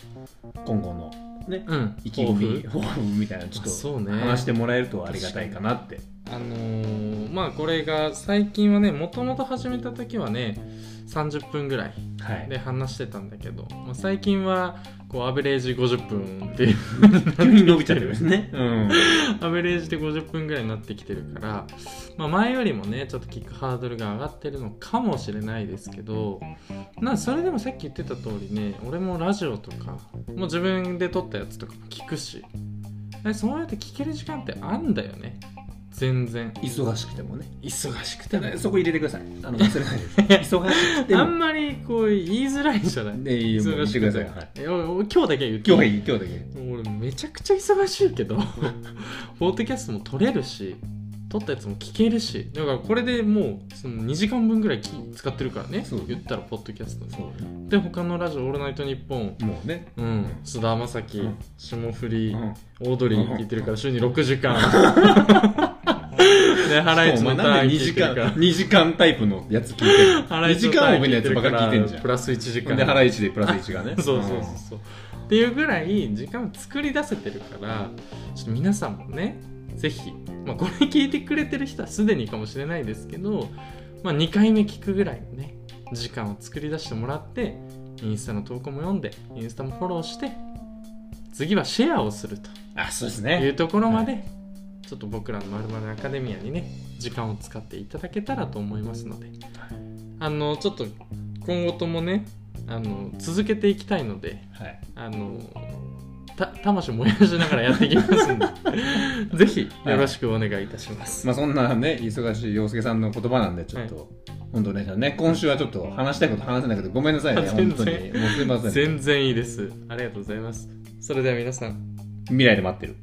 B: 今後のね
A: うん
B: 意気込み [laughs] 抱負みたいなのちょっ
A: あそう
B: と
A: ね
B: 話してもらえるとありがたいかなって、
A: あのーまあこれが最近はねもともと始めた時はね30分ぐらい
B: はい、
A: で話してたんだけど、まあ、最近はこうアベレージ50分っていう
B: [laughs]
A: [laughs]
B: 急に伸びちゃってるんですね、うん、
A: アベレージで50分ぐらいになってきてるから、まあ、前よりもねちょっとキックハードルが上がってるのかもしれないですけどなそれでもさっき言ってた通りね俺もラジオとかもう自分で撮ったやつとかも聞くしえそうやって聞ける時間ってあんだよね全然
B: 忙しくてもね
A: 忙しく
B: ただそこ入れてくださいあの忘れないです
A: [laughs]
B: 忙しくて
A: あ
B: も
A: んまりこう言いづらいじゃない
B: ねいいよもう
A: 忙
B: 言っ
A: してく
B: くだ
A: て
B: さい、
A: も
B: はい
A: えおお今日だけは言って
B: 今日はいい今日だけ
A: もう俺めちゃくちゃ忙しいけどポッドキャストも撮れるし撮ったやつも聞けるしだからこれでもうその2時間分ぐらいき使ってるからね
B: そう
A: 言ったらポッドキャストに
B: そう
A: で他のラジオ「オールナイトニッポン
B: もうね」
A: うん須田将暉、
B: うん
A: 霜降り、
B: うん
A: オードリー聞いてるから週に6時間 [laughs] でハライチのタ
B: なん
A: ーン
B: で
A: 聞い
B: 2時
A: てるか
B: 間
A: ら
B: 2時間タイプのやつ聞いてる
A: ハラ
B: 2
A: イチ
B: 時
A: のタ
B: 間
A: ー
B: 多
A: ン
B: めのやつばっか聞いてんじゃ
A: プラス1時
B: ん
A: 間
B: でハライチでプラス1がね
A: そうそうそうそう。っていうぐらい時間を作り出せてるからちょっと皆さんもねぜひ、まあ、これ聞いてくれてる人はすでにかもしれないですけど、まあ、2回目聞くぐらいのね時間を作り出してもらってインスタの投稿も読んでインスタもフォローして次はシェアをすると
B: あそうです
A: い
B: ね
A: うところまで、ちょっと僕らの「まるまるアカデミア」にね時間を使っていただけたらと思いますのであのちょっと今後ともねあの続けていきたいので
B: はい
A: あのた魂燃やしながらやっていきますん [laughs] でぜひよろしくお願いいたします、
B: まあそんなね忙しい洋介さんの言葉なんでちょっと本当ね、じゃあね、今週はちょっと話したいこと話せなくてごめんなさいね、本
A: 全然
B: 当に。もうすいません。
A: 全然いいですありがとうございますそれでは皆さん
B: 未来で待ってる。